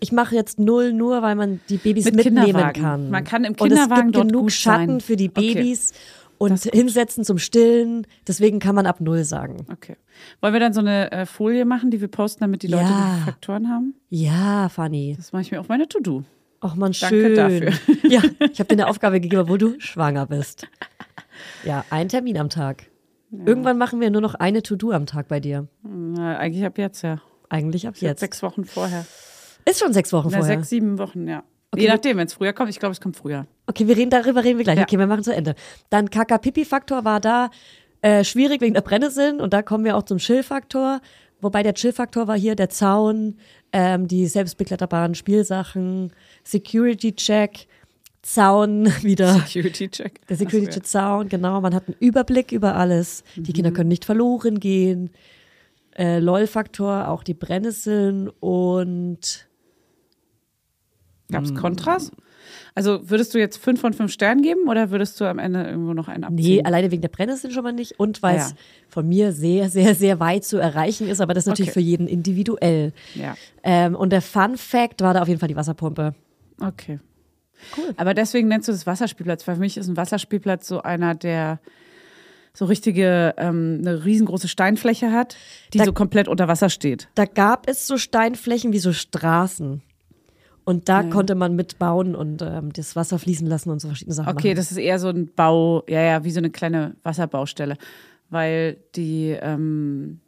Ich mache jetzt null nur, weil man die Babys Mit mitnehmen Kinderwagen. kann. Man kann im Und es Kinderwagen gibt dort genug gut Schatten sein. für die Okay. Babys und hinsetzen zum Stillen. Deswegen kann man ab null sagen. Okay. Wollen wir dann so eine äh, Folie machen, die wir posten, damit die Leute Ja. die Faktoren haben? Ja, Fanny. Das mache ich mir auf meine To-Do. Och man, schön. Danke dafür. Ja, ich habe dir eine Aufgabe gegeben, obwohl du schwanger bist. Ja, einen Termin am Tag. Irgendwann machen wir nur noch eine To-Do am Tag bei dir. Na, Hm, äh, eigentlich ab jetzt, ja. Eigentlich ab jetzt. Sechs Wochen vorher. Ist schon sechs Wochen Na, vorher. sechs, sieben Wochen, ja. Okay, Je wir- nachdem, wenn es früher kommt. Ich glaube, es kommt früher. [LAUGHS] Okay, wir reden darüber, reden wir gleich. Ja. Okay, wir machen zu Ende. Dann Kaka-Pipi-Faktor war da äh, schwierig wegen der Brennnessel und da kommen wir auch zum Chill-Faktor. Wobei der Chill-Faktor war hier der Zaun, ähm, die selbstbekletterbaren Spielsachen, Security-Check, Zaun [LAUGHS] wieder. Security-Check. Der Security-Zaun, genau. Man hat einen Überblick über alles. Die Mhm. Kinder können nicht verloren gehen. Äh, LOL-Faktor, auch die Brennnesseln und Gab es Kontras? Also würdest du jetzt fünf von fünf Sternen geben oder würdest du am Ende irgendwo noch einen Nee, also abziehen? alleine wegen der Brennnessel schon mal nicht und weil es Ah, Ja. von mir sehr, sehr, sehr weit zu erreichen ist, aber das ist natürlich Okay. für jeden individuell. Ja. Ähm, und der Fun Fact war da auf jeden Fall die Wasserpumpe. Okay. Cool. Aber deswegen nennst du das Wasserspielplatz, weil für mich ist ein Wasserspielplatz so einer, der so richtige, ähm, eine riesengroße Steinfläche hat, die Da- so komplett unter Wasser steht. Da gab es so Steinflächen wie so Straßen. Und da konnte man mitbauen und ähm, das Wasser fließen lassen und so verschiedene Sachen Okay, machen. das ist eher so ein Bau, ja, ja, wie so eine kleine Wasserbaustelle. Weil die, ähm,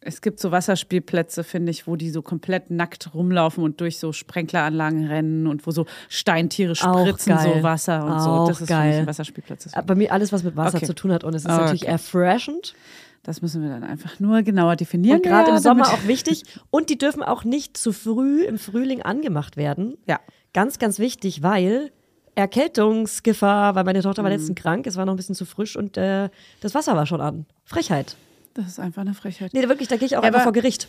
es gibt so Wasserspielplätze, finde ich, wo die so komplett nackt rumlaufen und durch so Sprenkleranlagen rennen und wo so Steintiere Auch spritzen, geil. so Wasser und Auch so. Das ist für mich geil. ein Wasserspielplatz. Äh, Bei mir alles, was mit Wasser Okay. zu tun hat und es ist Ah, natürlich okay. erfreshend Das müssen wir dann einfach nur genauer definieren. und gerade Ja, im Sommer damit- auch wichtig. Und die dürfen auch nicht zu früh im Frühling angemacht werden. Ja. Ganz, ganz wichtig, weil Erkältungsgefahr, weil meine Tochter war Mhm. letztens krank, es war noch ein bisschen zu frisch und äh, das Wasser war schon an. Frechheit. Das ist einfach eine Frechheit. [LAUGHS] Nee, wirklich, da gehe ich auch Ja, einfach vor aber- Gericht.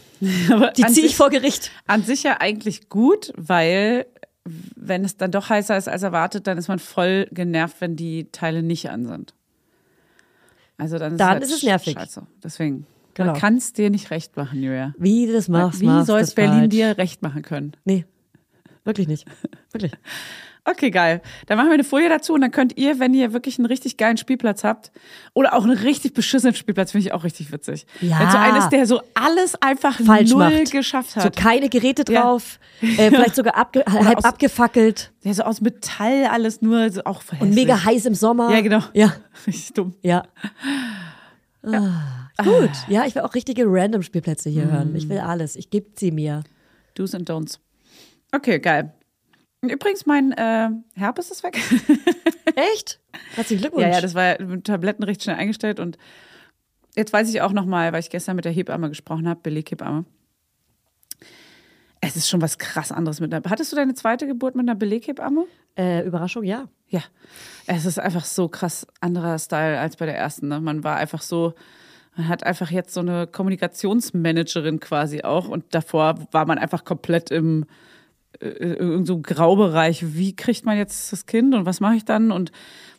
Aber Die an ziehe sich- ich vor Gericht. An sich ja eigentlich gut, weil wenn es dann doch heißer ist als erwartet, dann ist man voll genervt, wenn die Teile nicht an sind. Also dann ist, Dann halt ist es nervig. Scheiße. Deswegen Genau. Man kann es dir nicht recht machen, Julia. Wie du das machst, Wie machst soll es das Berlin falsch. dir recht machen können? Nee, wirklich nicht. [LAUGHS] Wirklich. Okay, geil. Dann machen wir eine Folie dazu und dann könnt ihr, wenn ihr wirklich einen richtig geilen Spielplatz habt oder auch einen richtig beschissenen Spielplatz, finde ich auch richtig witzig. Ja. Wenn so eines, der so alles einfach Falsch null macht. geschafft So hat. keine Geräte Ja. [LAUGHS] drauf, äh, vielleicht sogar abge halb aus- abgefackelt der so aus Metall alles nur so auch voll und hässlich. [LAUGHS] mega heiß im Sommer. Ja, genau. Ja, Richtig dumm. ja. Ah, gut. Ja, Mm. ich will auch richtige random Spielplätze hier hören. Ich will alles. Ich gebe sie mir. Do's and Don'ts. Okay, geil. Und Übrigens, mein äh, Herpes ist weg. [LAUGHS] Echt? Herzlichen Glückwunsch. Ja, ja, das war ja mit Tabletten recht schnell eingestellt und jetzt weiß ich auch nochmal, weil ich gestern mit der Hebamme gesprochen habe, Beleghebamme. Es ist schon was krass anderes mit einer. Hattest du deine zweite Geburt mit einer Beleghebamme? äh, Überraschung, ja. Ja. Es ist einfach so krass anderer Style als bei der ersten. Ne? Man war einfach so, man hat einfach jetzt so eine Kommunikationsmanagerin quasi auch und davor war man einfach komplett im äh, irgend so Graubereich. Wie kriegt man jetzt das Kind und was mache ich dann? Und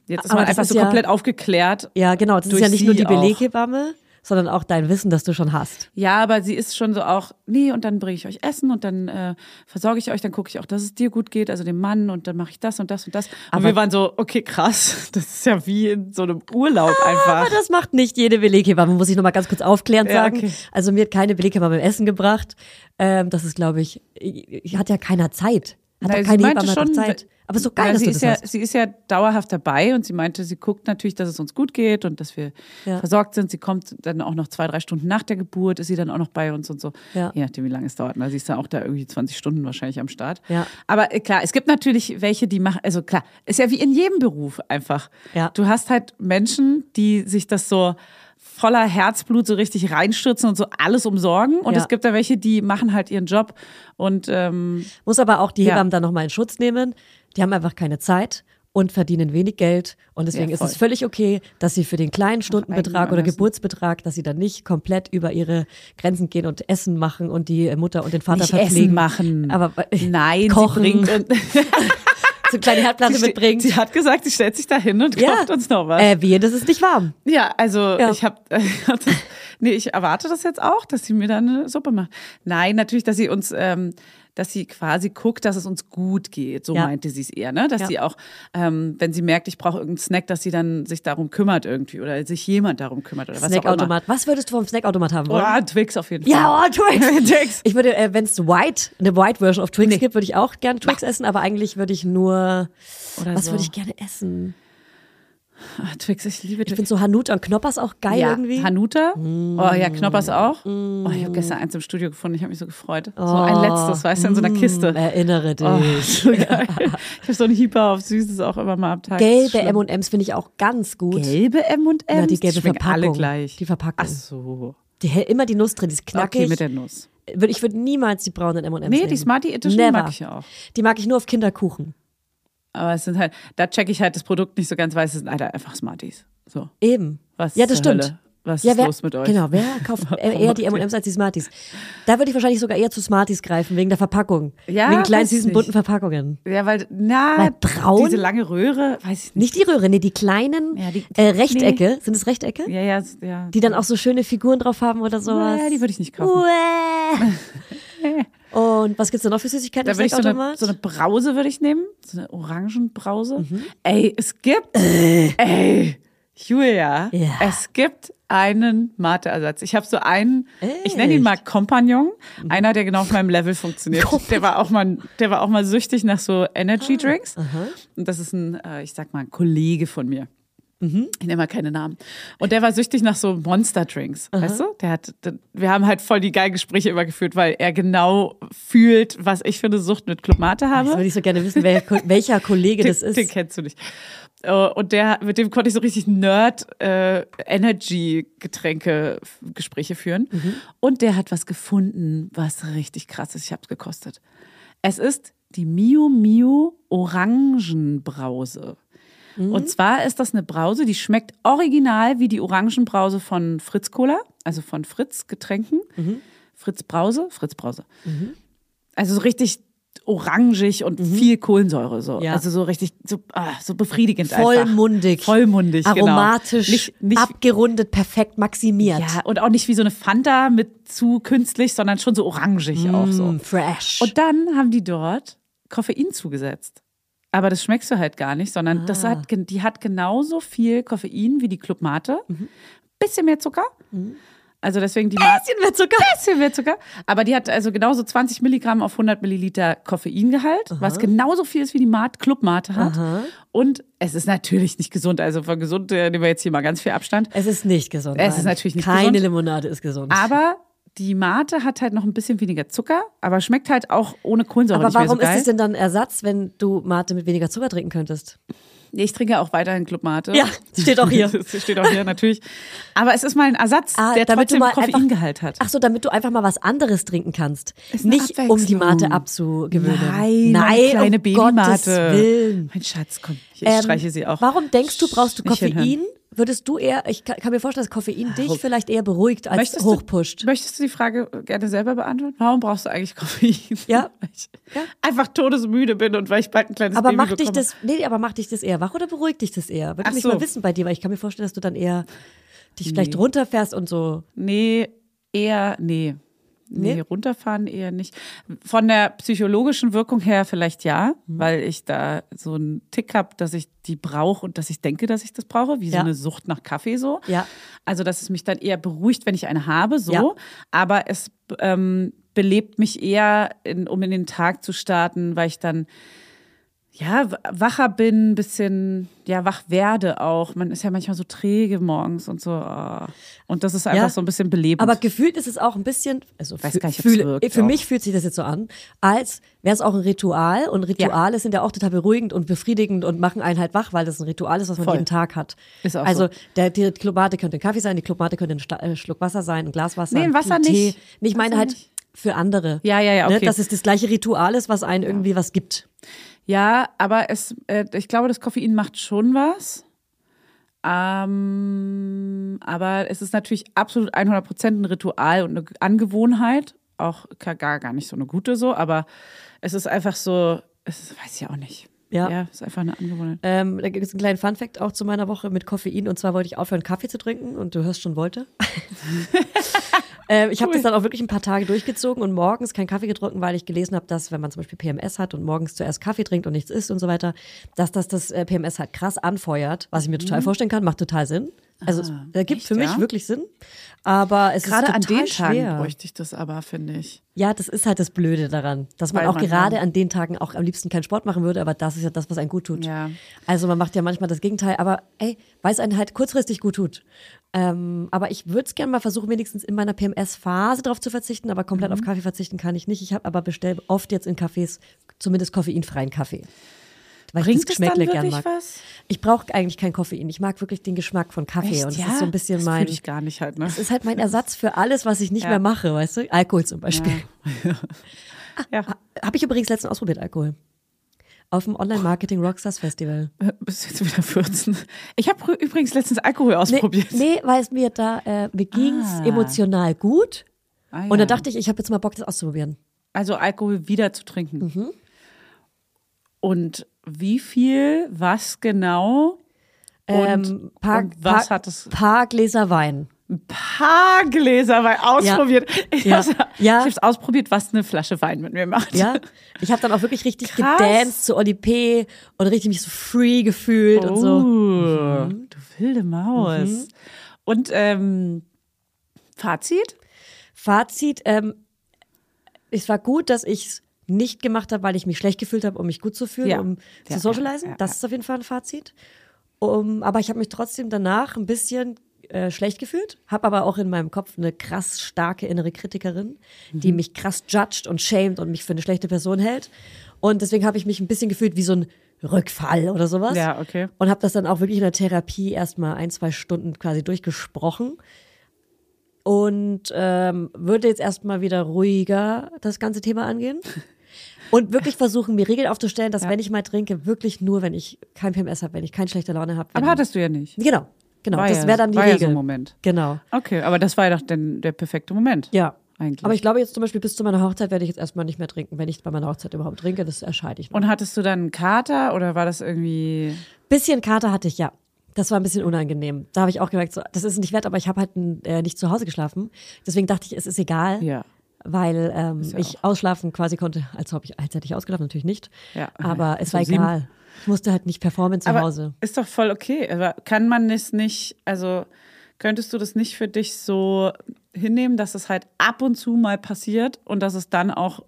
jetzt ist Aber man das einfach ist so ja- komplett aufgeklärt. Ja, genau. Das ist Durch ja nicht nur sie die auch. Beleghebamme, sondern auch dein Wissen, das du schon hast. Ja, aber sie ist schon so auch, nee, und dann bringe ich euch Essen und dann äh, versorge ich euch, dann gucke ich auch, dass es dir gut geht, also dem Mann und dann mache ich das und das und das. Aber und Aber- wir waren so, okay, krass, [LAUGHS] das ist ja wie in so einem Urlaub einfach. Ah, Aber das macht nicht jede Beleghebamme, muss ich nochmal ganz kurz aufklärend Ja, sagen. okay. Also mir hat keine Beleghebamme beim Essen gebracht. Ähm, das ist, glaube ich, i- i- hat ja keiner Zeit. Hat Nein, doch keine sie meinte Hebamme hat doch schon, Zeit. Aber so geil, weil dass sie du das ist ja, hast. Sie ist ja dauerhaft dabei und sie meinte, sie guckt natürlich, dass es uns gut geht und dass wir Ja. versorgt sind. Sie kommt dann auch noch zwei, drei Stunden nach der Geburt, ist sie dann auch noch bei uns und so. Ja. Je nachdem, wie lange es dauert. Na, sie ist dann auch da irgendwie 20 Stunden wahrscheinlich am Start. Ja. Aber äh, klar, es gibt natürlich welche, die machen, also klar, ist ja wie in jedem Beruf einfach. Ja. Du hast halt Menschen, die sich das so voller Herzblut so richtig reinstürzen und so alles umsorgen. Und Ja. es gibt da welche, die machen halt ihren Job und ähm, Muss aber auch die Ja. Hebammen dann nochmal in Schutz nehmen. Die haben einfach keine Zeit und verdienen wenig Geld. Und deswegen Ja, ist voll. es völlig okay, dass sie für den kleinen Stundenbetrag eigenen oder Ermessen. Geburtsbetrag, dass sie dann nicht komplett über ihre Grenzen gehen und Essen machen und die äh, Mutter und den Vater nicht verpflegen. Essen machen. Aber äh, Nein, kochen, sie [LAUGHS] bringt und so eine kleine Herdplatte sie, mitbringen. sie hat gesagt, sie stellt sich da hin und ja. kocht uns noch was. Äh, wir, das ist nicht warm. ja, also ja. ich habe [LAUGHS] nee, ich erwarte das jetzt auch, dass sie mir dann eine Suppe macht. Nein, natürlich, dass sie uns ähm, dass sie quasi guckt, dass es uns gut geht, so Ja. meinte sie es eher, ne? Dass Ja. sie auch, ähm, wenn sie merkt, ich brauche irgendeinen Snack, dass sie dann sich darum kümmert irgendwie oder sich jemand darum kümmert oder was auch immer. Snackautomat. Was würdest du vom Snackautomat haben wollen? Oh, Twix auf jeden Fall. Ja, oh, Twix. [LAUGHS] Twix. Ich würde, äh, wenn es White, eine White Version of Twix gibt, würde ich auch gerne Twix essen, aber eigentlich würde ich nur, Oder was so. würde ich gerne essen? Ah, Twix, ich liebe Ich Twix. finde so Hanut und Knoppers auch geil ja, irgendwie. Mm. Hanuta. Oh ja, Knoppers auch. Oh, ich habe gestern eins im Studio gefunden. Ich habe mich so gefreut. So Oh. ein letztes, weißt du, in so einer Kiste. Mm. Erinnere dich. Oh, so geil. Ich habe so einen Hyper auf Süßes auch immer mal am Tag. Das ist Gelbe schlimm. M&Ms finde ich auch ganz gut. Gelbe M&M's? Ja, die gelbe schmecken alle Verpackung. gleich. Die Verpackung. Ach so. Die, hell- immer die Nuss drin, die ist knackig. Okay, mit der Nuss. Würd- ich würde niemals die braunen M&Ms Nee, nehmen. die Smarty Edition Never. mag ich auch. Die mag ich nur auf Kinderkuchen. Aber es sind halt, da checke ich halt das Produkt nicht so ganz, weil es sind halt einfach Smarties. So. Eben. Was ja, das zur stimmt. Hölle? Was ja, ist wer, los mit euch? Oh, Genau, wer kauft [LAUGHS] Warum eher die macht ihr- M&Ms als die Smarties? Da würde ich wahrscheinlich sogar eher zu Smarties greifen, wegen der Verpackung. Ja, wegen kleinen, weiß ich süßen, nicht. bunten Verpackungen. Ja, weil, na, Weil braun? diese lange Röhre, weiß ich Nicht nicht. die Röhre, nee, die kleinen Ja, die- äh, Rechtecke. Sind es Rechtecke? Ja, ja, s- ja. Die dann auch so schöne Figuren drauf haben oder sowas. Nee, die würde ich nicht kaufen. Uäh. Und was gibt's da noch für Süßigkeiten Da im würde ich so eine, Snackautomat? so eine Brause würde ich nehmen, so eine Orangenbrause. Mhm. Ey, es gibt, ey, Julia, Äh. Ja. es gibt einen Mateersatz. Ich habe so einen, ich nenne ihn Echt? Mhm. mal Kompagnon, einer, der genau auf meinem [LAUGHS] Level funktioniert. Der war auch mal, der war auch mal süchtig nach so Energy Ah, Drinks. Und das ist ein, äh, ich sag mal, ein Kollege von mir. Ich nenne mal keine Namen. Und der war süchtig nach so Monster-Drinks, weißt du? Der hat, der, wir haben halt voll die geilen Gespräche immer geführt, weil er genau fühlt, was ich für eine Sucht mit Club Mate das würde habe. ich so gerne wissen, wer, welcher [LAUGHS] Kollege das Den, den ist. kennst du nicht. Äh, Und der, mit dem konnte ich so richtig äh, Nerd-Energy-Getränke-Gespräche führen. Mhm. Und der hat was gefunden, was richtig krass ist. Ich habe es gekostet. Es ist die Miu Miu Orangenbrause. Mhm. Und zwar ist das eine Brause, die schmeckt original wie die Orangenbrause von Fritz Cola, also von Mhm. Fritz Getränken. Fritz Brause, Fritz Brause. Also so richtig orangig und viel Kohlensäure so. Mhm. Ja. Also so richtig, so, ah, so befriedigend einfach. Vollmundig. Vollmundig, genau. Aromatisch, Nicht, nicht, abgerundet, perfekt maximiert. ja, und auch nicht wie so eine Fanta mit zu künstlich, sondern schon so orangig auch so. Mm, fresh. Und dann haben die dort Koffein zugesetzt. Aber das schmeckst du halt gar nicht, sondern das Ah. hat, gen- die hat genauso viel Koffein wie die Club Mate. Mhm. Bisschen mehr Zucker. Also deswegen die Mate. bisschen mehr Zucker. Bisschen mehr Zucker. Aber die hat also genauso 20 Milligramm auf 100 Milliliter Koffeingehalt, was genauso viel ist wie die Mate, Club Mate hat. Und es ist natürlich nicht gesund. Also von gesund äh, nehmen wir jetzt hier mal ganz viel Abstand. Es ist nicht gesund. Es ist nein. natürlich nicht Keine gesund. Limonade ist gesund. Aber die Mate hat halt noch ein bisschen weniger Zucker, aber schmeckt halt auch ohne Kohlensäure Aber nicht mehr so warum geil. ist es denn dann Ersatz, wenn du Mate mit weniger Zucker trinken könntest? Nee, Ich trinke auch weiterhin Club Mate. Ja, steht auch [LAUGHS] hier. Das steht auch hier, natürlich. Aber es ist mal ein Ersatz, Ah, der damit du trotzdem mal Koffeingehalt hat. Ach so, damit du einfach mal was anderes trinken kannst. Ist eine Nicht um die Abwechslung. Mate abzugewöhnen. Nein, Nein meine kleine um Gottes Babymate. Willen. Mein Schatz, komm, ich Ähm, streiche sie auch. Warum denkst du, brauchst du Nicht hinhören. Koffein? Würdest du eher, ich kann, kann mir vorstellen, dass Koffein dich vielleicht eher beruhigt als Möchtest hochpusht. Du, möchtest du die Frage gerne selber beantworten? Warum brauchst du eigentlich Koffein? Ja. [LAUGHS] Weil ich Ja. einfach todesmüde bin und weil ich bald ein kleines aber Baby macht dich bekomme. das, nee, aber macht dich das eher wach oder beruhigt dich das eher? Würde Ach mich so. mal wissen bei dir, weil ich kann mir vorstellen, dass du dann eher dich vielleicht runterfährst und so. Nee, eher, nee. Nee, Nee? runterfahren eher nicht. Von der psychologischen Wirkung her vielleicht ja, Mhm. weil ich da so einen Tick habe, dass ich die brauche und dass ich denke, dass ich das brauche, wie so Ja. eine Sucht nach Kaffee so. Ja. Also, dass es mich dann eher beruhigt, wenn ich eine habe, so. Ja. Aber es ähm, belebt mich eher, in, um in den Tag zu starten, weil ich dann ja, w- wacher bin, bisschen, ja, wach werde auch. Man ist ja manchmal so träge morgens und so. ah. Und das ist einfach Ja. so ein bisschen belebend. Aber gefühlt ist es auch ein bisschen, also Weiß fü- gar nicht, ob's fühle- wirkt für auch. mich fühlt sich das jetzt so an, als wäre es auch ein Ritual und Rituale sind ja auch total beruhigend und befriedigend und machen einen halt wach, weil das ein Ritual ist, was man Voll. jeden Tag hat. Ist auch also so. der, die Clubmate könnte ein Kaffee sein, die Clubmate könnte ein Sta- äh, Schluck Wasser sein, ein Glas Wasser, Nee, ein Wasser Tee. nicht. Nee, ich meine Wasser halt nicht. für andere. Ja, ja, ja, Ne, okay. Dass es das gleiche Ritual ist, was einen irgendwie was gibt. ja, aber es, äh, ich glaube, das Koffein macht schon was. Ähm, aber es ist natürlich absolut 100% ein Ritual und eine Angewohnheit. Auch ka- gar, gar nicht so eine gute so, aber es ist einfach so, es weiß ich auch nicht. Ja. ja, es ist einfach eine Angewohnheit. Ähm, da gibt es einen kleinen Funfact auch zu meiner Woche mit Koffein. Und zwar wollte ich aufhören, Kaffee zu trinken. Und du hörst schon, [LAUGHS] wollte. ähm, ich habe das dann auch wirklich ein paar Tage durchgezogen und morgens keinen Kaffee getrunken, weil ich gelesen habe, dass wenn man zum Beispiel PMS hat und morgens zuerst Kaffee trinkt und nichts isst und so weiter, dass das das äh, PMS halt krass anfeuert, was ich mir total vorstellen kann. Macht total Sinn. Also es Mhm. Ah, ergibt echt, für mich ja? wirklich Sinn. Aber es Gerade ist an total den Tagen oh schwer. bräuchte ich das aber, finde ich. Ja, das ist halt das Blöde daran, dass man Weil auch man gerade dann- an den Tagen auch am liebsten keinen Sport machen würde, aber das ist ja das, was einem gut tut. Ja. Also man macht ja manchmal das Gegenteil, aber ey, weil es einen halt kurzfristig gut tut. Ähm, aber ich würde es gerne mal versuchen, wenigstens in meiner PMS-Phase darauf zu verzichten, aber Mhm. komplett auf Kaffee verzichten kann ich nicht. Ich habe aber bestellt oft jetzt in Cafés zumindest koffeinfreien Kaffee. Weil ich Bringt das es dann Geschmäckle gern wirklich mag. was? Ich brauche eigentlich kein Koffein. Ich mag wirklich den Geschmack von Kaffee und das ist so ein bisschen das mein. fühle ich gar nicht halt, ne? Das ist halt mein Ersatz für alles, was ich nicht Ja. mehr mache, weißt du? Alkohol zum Beispiel. [LAUGHS] ja. [LAUGHS] Habe ich übrigens letztens ausprobiert, Alkohol. Auf dem Online-Marketing Rockstars Festival. Äh, Bist du jetzt wieder 14? Ich habe übrigens letztens Alkohol Nee, ausprobiert. nee weil es mir da, äh, mir ging es Ah. emotional gut. Ah, Und da ja. dachte ich, ich habe jetzt mal Bock, das auszuprobieren. also Alkohol wieder zu trinken. Mhm. Und wie viel, was genau? Ähm, paar, und was paar, hat es- Paar Gläser Wein. Ein paar Gläser Wein ausprobiert. Ich Ja. habe es Ja. ausprobiert, was eine Flasche Wein mit mir macht. Ja, [LAUGHS] ich habe dann auch wirklich richtig Krass. gedanced zu Oli P. und richtig mich so free gefühlt und so. Oh, mhm. Du wilde Maus. Und ähm, Fazit? Fazit, ähm, es war gut, dass ich es nicht gemacht habe, weil ich mich schlecht gefühlt habe, um mich gut zu fühlen, Ja. um Ja, zu socialisen. ja, ja, das ja. ist auf jeden Fall ein Fazit. Um, aber ich habe mich trotzdem danach ein bisschen äh, schlecht gefühlt, habe aber auch in meinem Kopf eine krass starke innere Kritikerin, Mhm. die mich krass judgt und shamed und mich für eine schlechte Person hält. Und deswegen habe ich mich ein bisschen gefühlt wie so ein Rückfall oder sowas. Ja, okay. Und habe das dann auch wirklich in der Therapie erstmal ein, zwei Stunden quasi durchgesprochen. Und ähm, würde jetzt erstmal wieder ruhiger das ganze Thema angehen. Und wirklich versuchen, mir Regeln aufzustellen, dass wenn ich mal trinke, wirklich nur, wenn ich kein PMS habe, wenn ich keine schlechte Laune habe. Aber hattest du ja nicht. Genau, genau. War das ja- wäre dann die war ja so Regel. ein Moment. Genau. Okay, aber das war ja doch denn der perfekte Moment. Ja. eigentlich. Aber ich glaube jetzt zum Beispiel bis zu meiner Hochzeit werde ich jetzt erstmal nicht mehr trinken. Wenn ich bei meiner Hochzeit überhaupt trinke, das erscheide ich noch. und hattest du dann einen Kater oder war das irgendwie. Bisschen Kater hatte ich, ja. Das war ein bisschen unangenehm. Da habe ich auch gemerkt, so, das ist nicht wert, aber ich habe halt äh, nicht zu Hause geschlafen. Deswegen dachte ich, es ist egal, Ja. weil ähm, ja ich ausschlafen quasi konnte, als, ob ich, als hätte ich ausgeschlafen, natürlich nicht. Ja. Aber es Um war sieben. egal. Ich musste halt nicht performen zu Aber Hause. ist doch voll okay. Aber kann man es nicht, also könntest du das nicht für dich so hinnehmen, dass es halt ab und zu mal passiert und dass es dann auch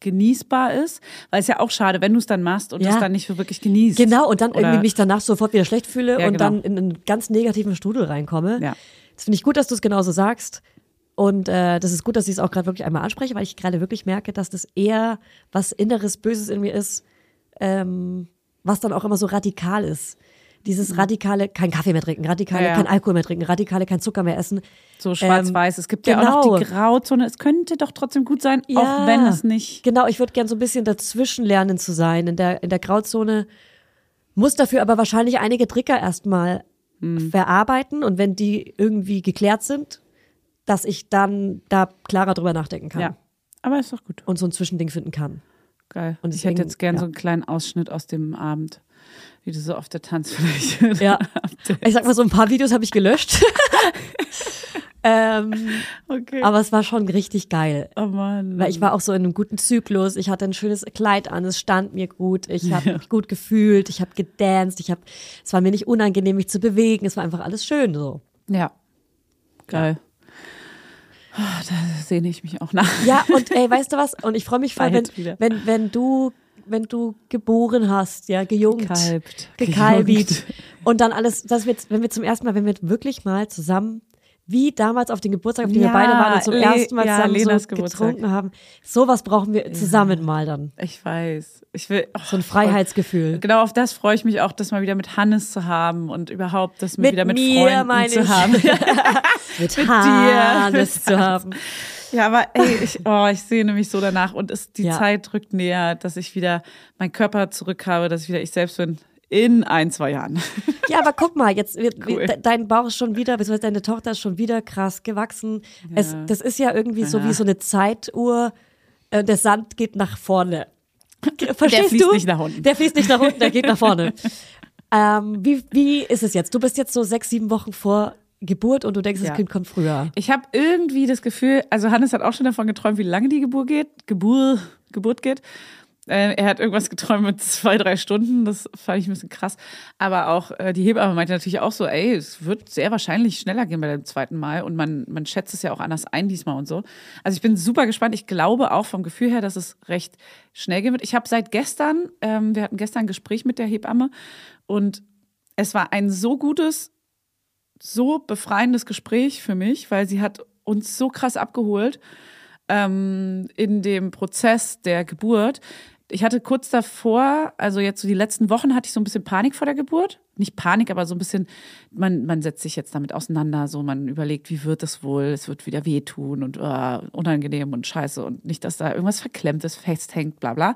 genießbar ist? Weil es ja auch schade, wenn du es dann machst und Ja. es dann nicht für wirklich genießt. Genau, und dann Oder- irgendwie mich danach sofort wieder schlecht fühle Ja, und genau. dann in einen ganz negativen Strudel reinkomme. Ja. Das finde ich gut, dass du es genauso sagst. Und äh, das ist gut, dass ich es auch gerade wirklich einmal anspreche, weil ich gerade wirklich merke, dass das eher was inneres Böses in mir ist, ähm, was dann auch immer so radikal ist. Dieses radikale, kein Kaffee mehr trinken, radikale, Mhm. Ja, ja. kein Alkohol mehr trinken, radikale, kein Zucker mehr essen. So schwarz-weiß. es gibt ja auch genau. noch die Grauzone. Es könnte doch trotzdem gut sein, auch Ja. wenn es nicht. Genau, ich würde gern so ein bisschen dazwischen lernen zu sein, in der, in der Grauzone. Muss dafür aber wahrscheinlich einige Trigger erstmal verarbeiten und wenn die irgendwie geklärt sind, dass ich dann da klarer drüber nachdenken kann Ja. Aber ist doch gut. und so ein Zwischending finden kann. Geil. Und ich hätte deswegen- jetzt gern ja. so einen kleinen Ausschnitt aus dem Abend, wie du so auf der Tanzfläche. [LAUGHS] Ja. [LAUGHS] Ich sag mal, so ein paar Videos habe ich gelöscht. [LAUGHS] ähm, Okay. aber es war schon richtig geil. oh Mann. Weil ich war auch so in einem guten Zyklus. Ich hatte ein schönes Kleid an, es stand mir gut. Ich habe mich gut gefühlt, ich habe gedanced, ich habe es war mir nicht unangenehm mich zu bewegen. Es war einfach alles schön so. Ja. Geil. Ah, da sehne ich mich auch nach. Ja, und ey, weißt du was? Und ich freue mich voll, wenn, Bald wieder. wenn wenn du wenn du geboren hast, ja, gejungt, [LAUGHS] Gekalbt. gekalbigt Gejungt. und dann alles, dass wir jetzt, wenn wir zum ersten Mal, wenn wir wirklich mal zusammen wie damals auf den Geburtstag, auf dem Ja, wir beide waren und zum Le- ersten Mal ja, zusammen Lenas so Geburtstag. eh, getrunken haben. Sowas brauchen wir zusammen mal dann. Ich weiß. Ich will. oh, So ein Freiheitsgefühl. voll. Genau auf das freue ich mich auch, das mal wieder mit Hannes zu haben und überhaupt das mal wieder mit Freunden zu [LAUGHS] haben. [LAUGHS] mit dir. Hannes [LAUGHS] zu haben. Ja, aber ey, ich, oh, ich sehne mich so danach und es, die Ja. Zeit rückt näher, dass ich wieder meinen Körper zurück habe, dass ich wieder ich selbst bin. In ein, zwei Jahren. Ja, aber guck mal, jetzt wird Cool. de- dein Bauch ist schon wieder, beziehungsweise deine Tochter ist schon wieder krass gewachsen. Es, das ist ja irgendwie so wie so eine Zeituhr. Äh, der Sand geht nach [LAUGHS] vorne. Verstehst fließt du? nicht nach unten. Der fließt nicht nach unten, der geht nach [LAUGHS] vorne. ähm, wie, wie ist es jetzt? Du bist jetzt so sechs, sieben Wochen vor Geburt und du denkst, Ja. das Kind kommt früher. Ich habe irgendwie das Gefühl, also Hannes hat auch schon davon geträumt, wie lange die Geburt geht. Gebur, Geburt geht. Äh, er hat irgendwas geträumt mit zwei, drei Stunden. Das fand ich ein bisschen krass. Aber auch äh, die Hebamme meinte natürlich auch so, ey, es wird sehr wahrscheinlich schneller gehen bei dem zweiten Mal. Und man, man schätzt es ja auch anders ein diesmal und so. Also ich bin super gespannt. Ich glaube auch vom Gefühl her, dass es recht schnell gehen wird. Ich habe seit gestern, ähm, wir hatten gestern ein Gespräch mit der Hebamme und es war ein so gutes so befreiendes Gespräch für mich, weil sie hat uns so krass abgeholt ähm, in dem Prozess der Geburt. Ich hatte kurz davor, also jetzt so die letzten Wochen hatte ich so ein bisschen Panik vor der Geburt. Nicht Panik, aber so ein bisschen, man, man setzt sich jetzt damit auseinander, so man überlegt, wie wird das wohl, es wird wieder wehtun und äh, unangenehm und scheiße und nicht, dass da irgendwas verklemmt ist, festhängt, bla bla.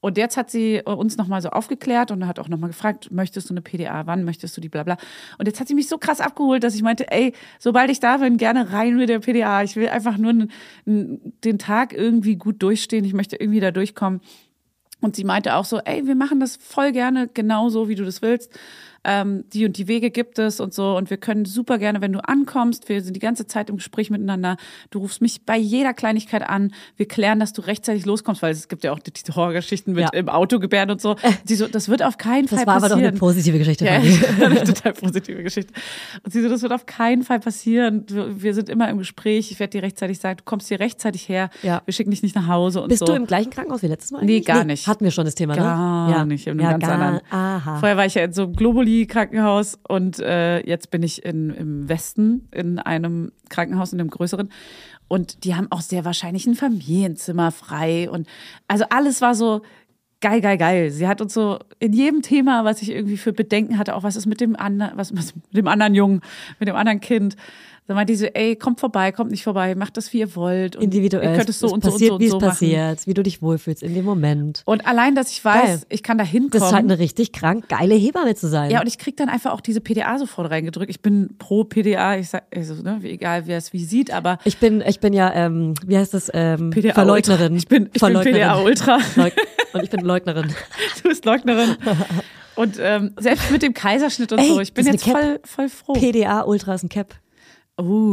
Und jetzt hat sie äh, uns nochmal so aufgeklärt und hat auch nochmal gefragt, möchtest du eine PDA, wann möchtest du die, bla bla. Und jetzt hat sie mich so krass abgeholt, dass ich meinte, ey, sobald ich da bin, gerne rein mit der PDA. Ich will einfach nur n- n- den Tag irgendwie gut durchstehen, ich möchte irgendwie da durchkommen. Und sie meinte auch so, ey, wir machen das voll gerne genauso, wie du das willst. Ähm, die und die Wege gibt es und so. Und wir können super gerne, wenn du ankommst, wir sind die ganze Zeit im Gespräch miteinander. Du rufst mich bei jeder Kleinigkeit an. Wir klären, dass du rechtzeitig loskommst, weil es gibt ja auch die die Horrorgeschichten mit Ja. Äh. im Auto gebären und so. Sie so, das wird auf keinen Das Fall war aber doch passieren. eine positive Geschichte. Ja, Fanny. [LAUGHS] eine total positive Geschichte. Und sie so, das wird auf keinen Fall passieren. Wir wir sind immer im Gespräch. Ich werde dir rechtzeitig sagen, du kommst hier rechtzeitig her. Ja. Wir schicken dich nicht nach Hause und Bist so. du im gleichen Krankenhaus wie letztes Mal? Nee, eigentlich? gar nicht. Hatten wir schon das Thema, Gar ne? Ja. nicht, in einem ja, ganz gar, anderen. Aha. Vorher war ich ja in so einem Globuli-Krankenhaus und äh, jetzt bin ich in, im Westen in einem Krankenhaus, in einem größeren. Und die haben auch sehr wahrscheinlich ein Familienzimmer frei. Und also alles war so geil, geil, geil. Sie hat uns so in jedem Thema, was ich irgendwie für Bedenken hatte, auch was ist mit dem anderen, was, was mit dem anderen Jungen, mit dem anderen Kind. Da meinte sie so, ey, kommt vorbei, kommt nicht vorbei, macht das, wie ihr wollt. Und Individuell. Ihr könnt es so es und so und passiert, so und wie es so machen. passiert, wie du dich wohlfühlst in dem Moment. Und allein, dass ich weiß, Geil. ich kann da Das scheint hinkommen. eine richtig krank geile Hebamme zu sein. Ja, und ich krieg dann einfach auch diese PDA sofort reingedrückt. Ich bin pro PDA, ich sag, also, ne, wie- egal wer es wie sieht, aber ich bin, ich bin ja, ähm, wie heißt das, ähm, PDA Verleugnerin. Ultra. Ich bin, ich bin Verleugnerin. PDA Ultra. Leug und ich bin Leugnerin. [LAUGHS] Du [LAUGHS] bist Leugnerin. Und ähm, selbst mit dem Kaiserschnitt und Ey, so, ich bin das jetzt ist eine voll, voll froh. PDA Ultra ist ein Cap.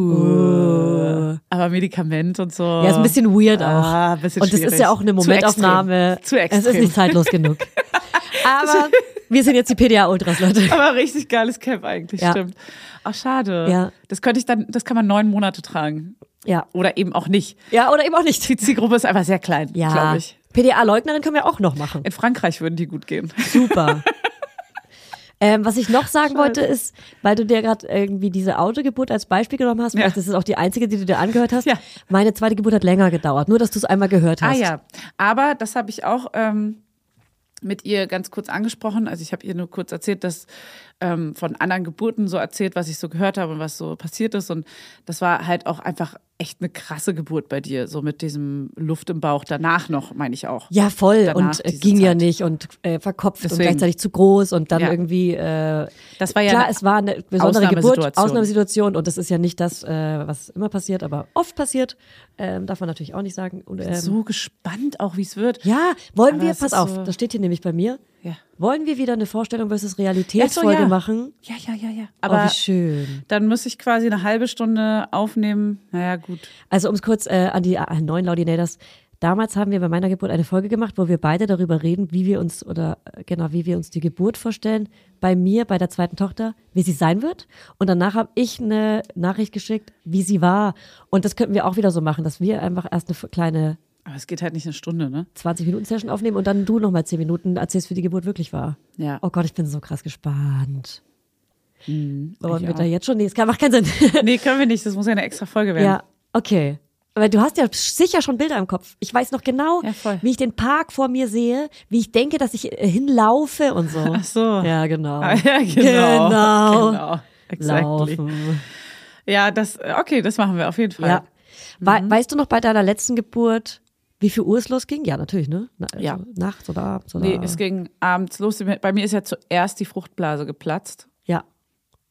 Uh, aber Medikament und so. Ja, ist ein bisschen weird Ah, auch. ein bisschen und das ist schwierig. ja auch eine Zu extrem. Momentaufnahme. Zu extrem. Es ist nicht halt- zeitlos [LAUGHS] genug. Aber wir sind jetzt die PDA Ultras, Leute. [LAUGHS] Aber richtig geiles Cap eigentlich, Ja. stimmt. Ach, schade. Ja. Das könnte ich dann, das kann man neun Monate tragen. Ja. Oder eben auch nicht. Ja, oder eben auch nicht. Die Zielgruppe ist einfach sehr klein, Ja. glaube ich. PDA Leugnerin können wir auch noch machen. In Frankreich würden die gut gehen. [LAUGHS] Super. ähm, was ich noch sagen wollte ist, weil du dir gerade irgendwie diese Autogeburt als Beispiel genommen hast, vielleicht ist es auch die einzige, die du dir angehört hast. Ja. Meine zweite Geburt hat länger gedauert, nur dass du es einmal gehört hast. Ah ja, aber das habe ich auch ähm, mit ihr ganz kurz angesprochen. Also ich habe ihr nur kurz erzählt, dass ähm, von anderen Geburten so erzählt, was ich so gehört habe und was so passiert ist. Und das war halt auch einfach echt eine krasse Geburt bei dir, so mit diesem Luft im Bauch. Danach noch, meine ich auch. Ja, voll Danach und äh, diese ging ja Zeit. nicht und äh, verkopft und Deswegen. gleichzeitig zu groß und dann Ja. irgendwie. Äh, Das war ja klar, eine es war eine besondere Geburt, Ausnahmesituation. Ausnahmesituation und das ist ja nicht das, äh, was immer passiert, aber oft passiert, ähm, darf man natürlich auch nicht sagen. Und, ähm, So gespannt auch, wie es wird. Ja, wollen Aber wir, es pass ist auf, so- das steht hier nämlich bei mir. Ja. Wollen wir wieder eine Vorstellung versus Ach so, Realitätsfolge ja. machen? Ja, ja, ja, ja. Aber Aber oh, wie schön. dann muss ich quasi eine halbe Stunde aufnehmen. Naja, gut. Also um es kurz äh, an die äh, neuen Laudinators. Damals haben wir bei meiner Geburt eine Folge gemacht, wo wir beide darüber reden, wie wir uns oder äh, genau, wie wir uns die Geburt vorstellen. Bei mir, bei der zweiten Tochter, wie sie sein wird. Und danach habe ich eine Nachricht geschickt, wie sie war. Und das könnten wir auch wieder so machen, dass wir einfach erst eine kleine Aber es geht halt nicht eine Stunde, ne? 20-Minuten-Session aufnehmen und dann du nochmal 10 Minuten erzählst, wie die Geburt wirklich war. Ja. Oh Gott, ich bin so krass gespannt. Wollen ich wir auch. da jetzt schon? Nee, es kann- macht keinen Sinn. [LAUGHS] Äh, Nee, können wir nicht. Das muss ja eine extra Folge werden. Ja, okay. Aber du hast ja sicher schon Bilder im Kopf. Ich weiß noch genau, Ja, voll. wie ich den Park vor mir sehe, wie ich denke, dass ich äh, hinlaufe und so. Ach so. Ja, genau. Ah, ja, genau. Genau. Genau. Exactly. Laufen. Ja, das, okay, das machen wir auf jeden Fall. Ja. Wei- Mhm. Weißt du noch bei deiner letzten Geburt, wie viel Uhr es losging? Ja, natürlich, ne? Na, also Ja. Nachts oder abends oder? Nee, es ging abends los. Bei mir ist ja zuerst die Fruchtblase geplatzt, ja.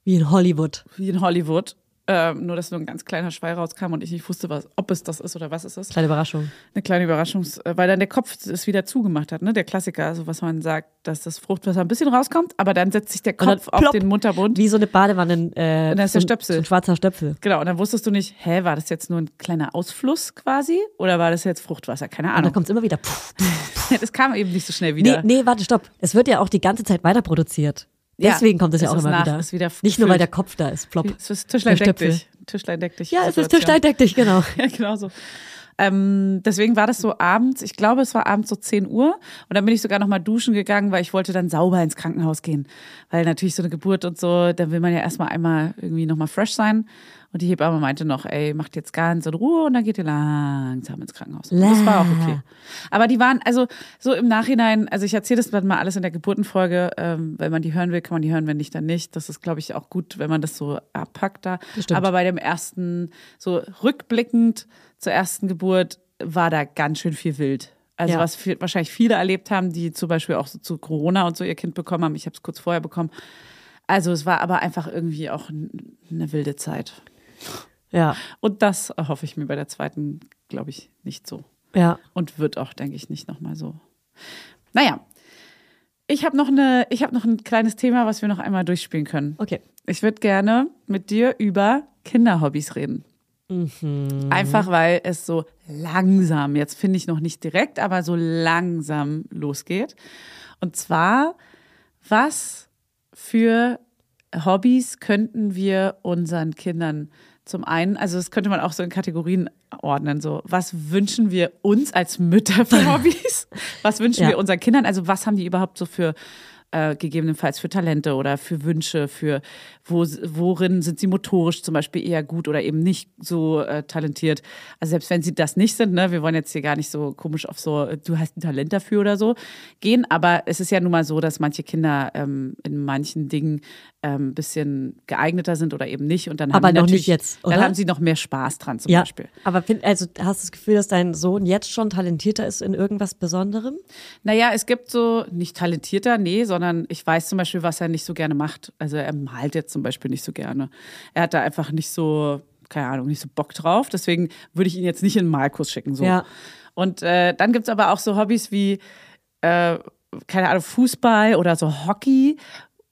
Wie in Hollywood. wie in Hollywood. Ähm, nur, dass nur ein ganz kleiner Schwall rauskam und ich nicht wusste, was, ob es das ist oder was es ist. Kleine Überraschung. Eine kleine Überraschung, weil dann der Kopf es wieder zugemacht hat, ne? Der Klassiker, also was man sagt, dass das Fruchtwasser ein bisschen rauskommt, aber dann setzt sich der Und dann Kopf auf plopp, den Mutterbund. Wie so eine Badewanne. Äh, Und da ist so der ein- Stöpsel. So ein schwarzer Stöpsel. Genau, und dann wusstest du nicht, hä, war das jetzt nur ein kleiner Ausfluss quasi oder war das jetzt Fruchtwasser? Keine Und dann Ahnung. kommt es immer wieder. Puh, puh. [LAUGHS] Das kam eben nicht so schnell Nee, wieder. nee, warte, stopp. Es wird ja auch die ganze Zeit weiter produziert. Ja, Deswegen kommt es ja es auch ist immer nach- wieder. ist wieder Nicht nur, weil gefüllt. der Kopf da ist, plopp. Es ist Tischlein Der deck Stöpsel. dich. Tischlein deck dich. Ja, es ist Situation. Tischlein deck dich, [LAUGHS] genau. Ja, genau so. Ähm, deswegen war das so abends, ich glaube, es war abends so 10 Uhr und dann bin ich sogar nochmal duschen gegangen, weil ich wollte dann sauber ins Krankenhaus gehen. Weil natürlich so eine Geburt und so, da will man ja erstmal einmal irgendwie nochmal fresh sein. Und die Hebamme meinte noch, ey, macht jetzt ganz in Ruhe und dann geht ihr langsam ins Krankenhaus. Und das war auch okay. Aber die waren, also so im Nachhinein, also ich erzähle das dann mal alles in der Geburtenfolge. Ähm, wenn man die hören will, kann man die hören, wenn nicht, dann nicht. Das ist, glaube ich, auch gut, wenn man das so abpackt da. Das stimmt. Aber bei dem ersten, so rückblickend zur ersten Geburt, war da ganz schön viel wild. Also Ja. was viel, wahrscheinlich viele erlebt haben, die zum Beispiel auch so zu Corona und so ihr Kind bekommen haben. Ich habe es kurz vorher bekommen. Also es war aber einfach irgendwie auch n- eine wilde Zeit. Ja, Und das erhoffe ich mir bei der zweiten, glaube ich, nicht so. ja. Und wird auch, denke ich, nicht nochmal so. Naja, ich habe noch, eine- ich hab noch ein kleines Thema, was wir noch einmal durchspielen können. Okay. Ich würde gerne mit dir über Kinderhobbys reden. Einfach weil es so langsam, jetzt finde ich noch nicht direkt, aber so langsam losgeht. Und zwar, was für Hobbys könnten wir unseren Kindern zum einen, also das könnte man auch so in Kategorien ordnen, so was wünschen wir uns als Mütter für Hobbys? Was wünschen Ja. wir unseren Kindern? Also was haben die überhaupt so für äh, gegebenenfalls für Talente oder für Wünsche, für wo, worin sind sie motorisch zum Beispiel eher gut oder eben nicht so äh, talentiert. Also selbst wenn sie das nicht sind, ne, wir wollen jetzt hier gar nicht so komisch auf so, äh, du hast ein Talent dafür oder so gehen, aber es ist ja nun mal so, dass manche Kinder ähm, in manchen Dingen ähm, ein bisschen geeigneter sind oder eben nicht und dann haben Aber die noch natürlich- nicht jetzt, oder? Dann haben sie noch mehr Spaß dran zum ja, Beispiel. aber find, also hast du das Gefühl, dass dein Sohn jetzt schon talentierter ist in irgendwas Besonderem? Naja, es gibt so, nicht talentierter, nee, sondern ich weiß zum Beispiel, was er nicht so gerne macht. Also er malt jetzt zum Beispiel nicht so gerne. Er hat da einfach nicht so, keine Ahnung, nicht so Bock drauf. Deswegen würde ich ihn jetzt nicht in den Malkurs schicken. So. Ja. Und äh, dann gibt es aber auch so Hobbys wie, äh, keine Ahnung, Fußball oder so Hockey.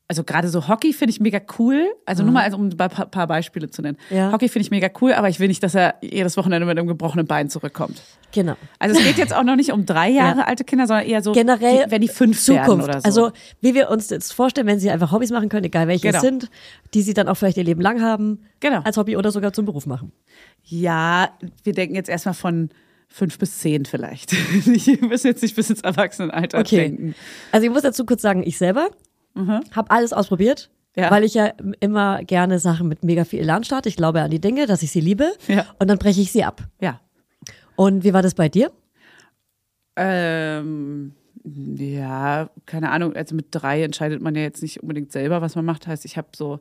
Also gerade so Hockey finde ich mega cool. Also nur mal, also, um ein paar, paar Beispiele zu nennen. Mhm. Ja. Hockey finde ich mega cool, aber ich will nicht, dass er jedes Wochenende mit einem gebrochenen Bein zurückkommt. Genau. Also es geht jetzt auch noch nicht um drei Jahre alte Kinder, sondern eher so Generell die, wenn die fünf Zukunft. werden oder so. Also wie wir uns jetzt vorstellen, wenn sie einfach Hobbys machen können, egal welche Genau. es sind, die sie dann auch vielleicht ihr Leben lang haben, Genau. als Hobby oder sogar zum Beruf machen. ja, wir denken jetzt erstmal von fünf bis zehn vielleicht. [LAUGHS] Wir müssen jetzt nicht bis ins Erwachsenenalter Okay. denken. Also ich muss dazu kurz sagen, ich selber habe alles ausprobiert, Mhm. Ja. weil ich ja immer gerne Sachen mit mega viel Elan starte. Ich glaube an die Dinge, dass ich sie liebe Ja. und dann breche ich sie ab. Ja. Und wie war das bei dir? Ähm, ja, keine Ahnung. Also mit drei entscheidet man ja jetzt nicht unbedingt selber, was man macht. Heißt, ich habe so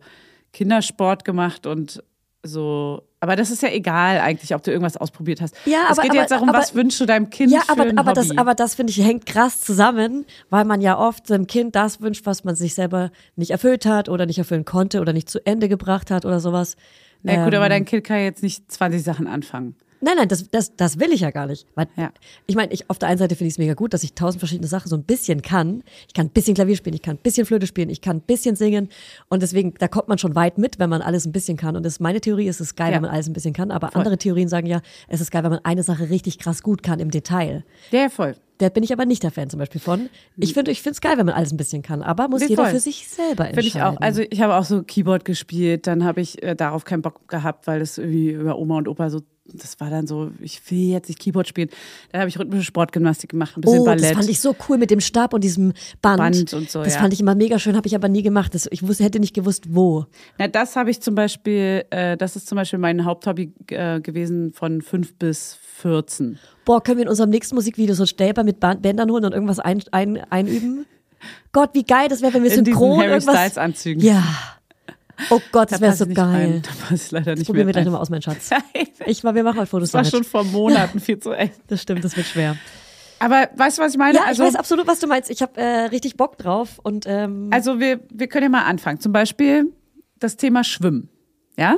Kindersport gemacht und so. Aber das ist ja egal eigentlich, ob du irgendwas ausprobiert hast. Ja, es aber- geht aber- jetzt darum, aber- was wünschst du deinem Kind ja, für aber, ein aber Hobby? das, aber das finde ich hängt krass zusammen, weil man ja oft seinem Kind das wünscht, was man sich selber nicht erfüllt hat oder nicht erfüllen konnte oder nicht zu Ende gebracht hat oder sowas. Na gut, Ähm, aber dein Kind kann ja jetzt nicht 20 Sachen anfangen. Nein, nein, das, das, das will ich ja gar nicht. Weil, Ja. Ich meine, ich, auf der einen Seite finde ich es mega gut, dass ich tausend verschiedene Sachen so ein bisschen kann. Ich kann ein bisschen Klavier spielen, ich kann ein bisschen Flöte spielen, ich kann ein bisschen singen. Und deswegen, da kommt man schon weit mit, wenn man alles ein bisschen kann. Und das, meine Theorie ist, es ist geil, Ja. wenn man alles ein bisschen kann. Aber andere Theorien sagen ja, es ist geil, wenn man eine Sache richtig krass gut kann im Detail. Ja, voll. Da bin ich aber nicht der Fan zum Beispiel von. Ich finde, ich finde es geil, wenn man alles ein bisschen kann. Aber muss Nee, jeder voll. für sich selber entscheiden. Finde ich auch. Also ich habe auch so Keyboard gespielt, dann habe ich äh, darauf keinen Bock gehabt, weil das irgendwie über Oma und Opa so, das war dann so, ich will jetzt nicht Keyboard spielen. Dann habe ich rhythmische Sportgymnastik gemacht, ein bisschen Oh, Ballett. das fand ich so cool mit dem Stab und diesem Band. Band und so, das ja. fand ich immer mega schön, habe ich aber nie gemacht. Das, ich wusste, hätte nicht gewusst, wo. Na, das habe ich zum Beispiel, äh, das ist zum Beispiel mein Haupthobby äh, gewesen von 5 bis 14. Boah, können wir in unserem nächsten Musikvideo so Stäber mit Ban- Bändern holen und irgendwas ein, ein, einüben? Gott, wie geil das wäre, wenn wir In diesen synchron Harry irgendwas. Styles Anzügen. Ja. Oh Gott, das Da wäre passt so nicht geil. rein. Da passt leider nicht Probieren wir mehr. gleich rein. nochmal aus, mein [LAUGHS] Schatz. Nein. Ich halt war, wir machen heute Fotos Das war damit. schon vor Monaten viel zu eng. das stimmt, das wird schwer. Aber weißt du, was ich meine? Ja, also, ich weiß absolut, was du meinst. Ich habe äh, richtig Bock drauf und ähm, Also wir, wir können ja mal anfangen. Zum Beispiel das Thema Schwimmen. Ja?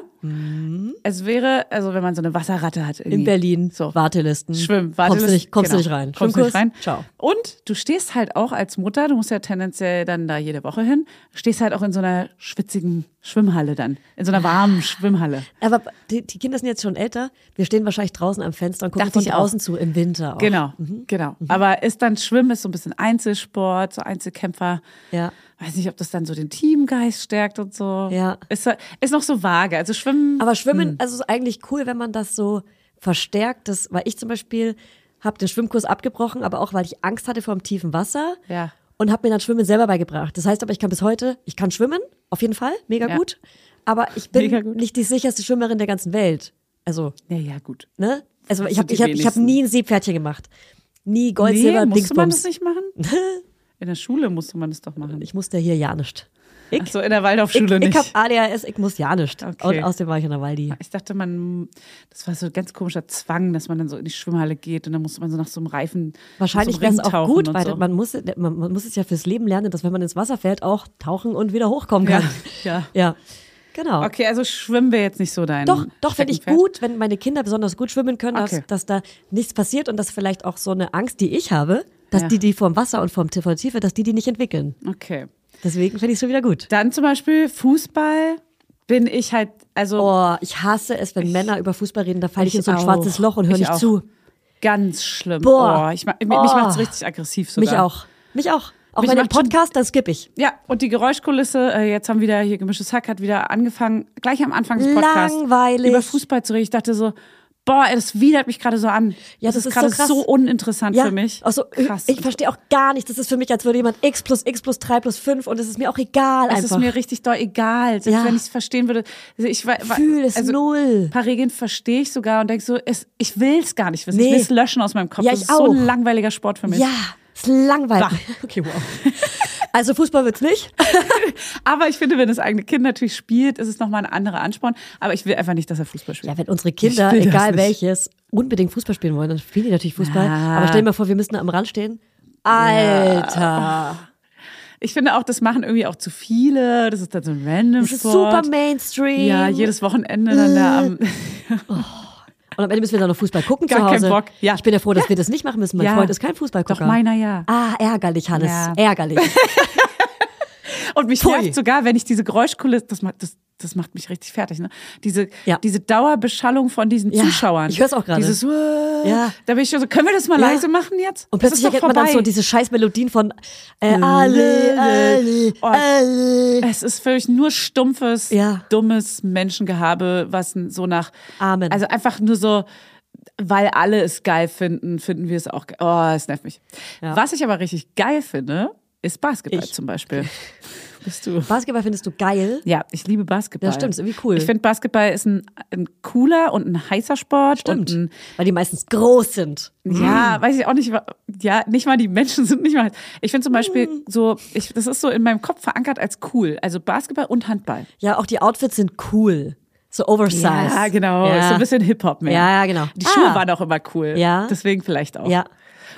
Es wäre, also wenn man so eine Wasserratte hat. Irgendwie. Mhm. in Berlin So. Wartelisten. Schwimmen, Kommst du Warteliste- nicht, kommst genau. du nicht rein. Kommst du nicht Schwimmkurs? rein. Ciao. Und du stehst halt auch als Mutter, du musst ja tendenziell dann da jede Woche hin, stehst halt auch in so einer schwitzigen Schwimmhalle dann. In so einer Ah. warmen Schwimmhalle. Aber die, die Kinder sind jetzt schon älter. Wir stehen wahrscheinlich draußen am Fenster und gucken Dachte von ich auch. draußen zu im Winter. Auch. Genau, Mhm. genau. Aber ist dann Schwimmen, ist so ein bisschen Einzelsport, so Einzelkämpfer. Ja. Weiß nicht, ob das dann so den Teamgeist stärkt und so. Ja. Ist, ist noch so vage. Also Schwimmen. Aber Schwimmen, also ist eigentlich cool, wenn man das so verstärkt. Das, weil ich zum Beispiel habe den Schwimmkurs abgebrochen, aber auch weil ich Angst hatte vor dem tiefen Wasser. Ja. Und habe mir dann Schwimmen selber beigebracht. Das heißt aber, ich kann bis heute, ich kann schwimmen, auf jeden Fall, mega Ja. gut. Aber ich bin Mega gut. nicht die sicherste Schwimmerin der ganzen Welt. Also, ja, ja, gut. ne? Also ich sind habe die ich hab, ich hab wenigsten. nie ein Seepferdchen gemacht. Nie Gold, nee, Silber, musste man das Dingsbums. nicht machen? [LAUGHS] In der Schule musste man das doch machen. Ich musste hier ja nicht. Ich, Ach so, in der Waldorfschule ich, ich nicht. habe ADHS, ich muss ja nicht. Okay. Also Und außerdem war ich in der Waldi. ich dachte, man, das war so ein ganz komischer Zwang, dass man dann so in die Schwimmhalle geht und dann musste man so nach so einem Reifen. Wahrscheinlich so wäre einem es Ring auch tauchen gut, und weil so. man, muss, man, man muss es ja fürs Leben lernen, dass wenn man ins Wasser fällt, auch tauchen und wieder hochkommen Ja, kann. [LAUGHS] ja. ja. Genau. Okay, also schwimmen wir jetzt nicht so dein. Doch, doch finde ich Steckenpferd. gut, wenn meine Kinder besonders gut schwimmen können, Okay. dass, dass da nichts passiert und dass vielleicht auch so eine Angst, die ich habe, dass Ja. die, die vorm Wasser und vorm T- vor der Tiefe, dass die die nicht entwickeln. Okay. Deswegen finde ich es schon wieder gut. Dann zum Beispiel Fußball bin ich halt, also Oh, ich hasse es, wenn Männer über Fußball reden, da falle ich, ich in so ein auch. schwarzes Loch und höre Ich nicht auch. zu. ganz schlimm. Boah. Oh, ich, ma- mich Oh. macht's richtig aggressiv sogar. Mich auch. Mich auch. Auch Mich bei dem macht schon- Podcast, dann skippe ich. Ja, und die Geräuschkulisse, äh, jetzt haben wieder hier gemischtes Hack, hat wieder angefangen, gleich am Anfang des Podcasts Langweilig. über Fußball zu reden. Ich dachte so, boah, ey, das widert mich gerade so an. Ja, das ist ist gerade so krass. uninteressant Ja, für mich. Also, krass. ich verstehe auch gar nichts. Das ist für mich, als würde jemand x plus x plus 3 plus 5 und es ist mir auch egal es einfach. ist mir richtig doll egal, selbst Ja. wenn ich es verstehen würde. Also ich wa- wa- Fühl es also, null. Ein paar Regeln verstehe ich sogar und denke so, es, ich will es gar nicht wissen. Ich Nee. will es löschen aus meinem Kopf. Ja, das ich ist so auch. ein langweiliger Sport für mich. Ja, ist langweilig. Bah. [LAUGHS] Okay, [LAUGHS] wow. Also Fußball wird's nicht. Aber ich finde, wenn das eigene Kind natürlich spielt, ist es nochmal ein anderer Ansporn. Aber ich will einfach nicht, dass er Fußball spielt. Ja, wenn unsere Kinder, Ich will das egal nicht. welches, unbedingt Fußball spielen wollen, dann spielen die natürlich Fußball. Ja. Aber stell dir mal vor, wir müssen da am Rand stehen. Alter. Ich finde auch, das machen irgendwie auch zu viele. Das ist dann so ein random Das ist Sport. super Äh. Mainstream. ja, jedes Wochenende dann da am. Und am Ende müssen wir dann noch Fußball gucken Gar zu kein Hause. Bock. Ja. Ich bin ja froh, dass wir das nicht machen müssen. Mein Ja. Freund ist kein Fußballgucker. Doch meiner ja. Ah, ärgerlich, Hannes. Ja. Ärgerlich. Und mich Pfui. nervt sogar, wenn ich diese Geräuschkulisse, das macht, das, das macht mich richtig fertig, ne? Diese, Ja. diese Dauerbeschallung von diesen Ja, Zuschauern. ich hör's auch gerade. Dieses, äh, Ja. da bin ich schon so, können wir das mal Ja. leise machen jetzt? Und Das ist plötzlich doch erkennt man dann so vorbei. diese scheiß Melodien von äh, alle, alle, Oh. alle. Es ist für mich nur stumpfes, Ja. dummes Menschengehabe, was n- so nach. Amen. Also einfach nur so, weil alle es geil finden, finden wir es auch geil. Oh, es nervt mich. Ja. Was ich aber richtig geil finde, ist Basketball Ich. [LAUGHS] zum Beispiel. Bist du? Basketball findest du geil? Ja, ich liebe Basketball. Das stimmt, ist irgendwie cool. Ich finde, Basketball ist ein, ein cooler und ein heißer Sport. Stimmt. Mm. Und Weil die meistens groß sind. ein, ja, weiß ich auch nicht. wa- Ja, nicht mal die Menschen [LAUGHS] sind nicht mal. Ich finde zum Beispiel Mm. so, ich, das ist so in meinem Kopf verankert als cool. Also Basketball und Handball. Ja, auch die Outfits sind cool. So oversized. Ja, genau. Ist so ein bisschen Hip-Hop mehr. Ja, ja, genau. Die Schuhe Ah. waren auch immer cool. Ja. Deswegen vielleicht auch. Ja.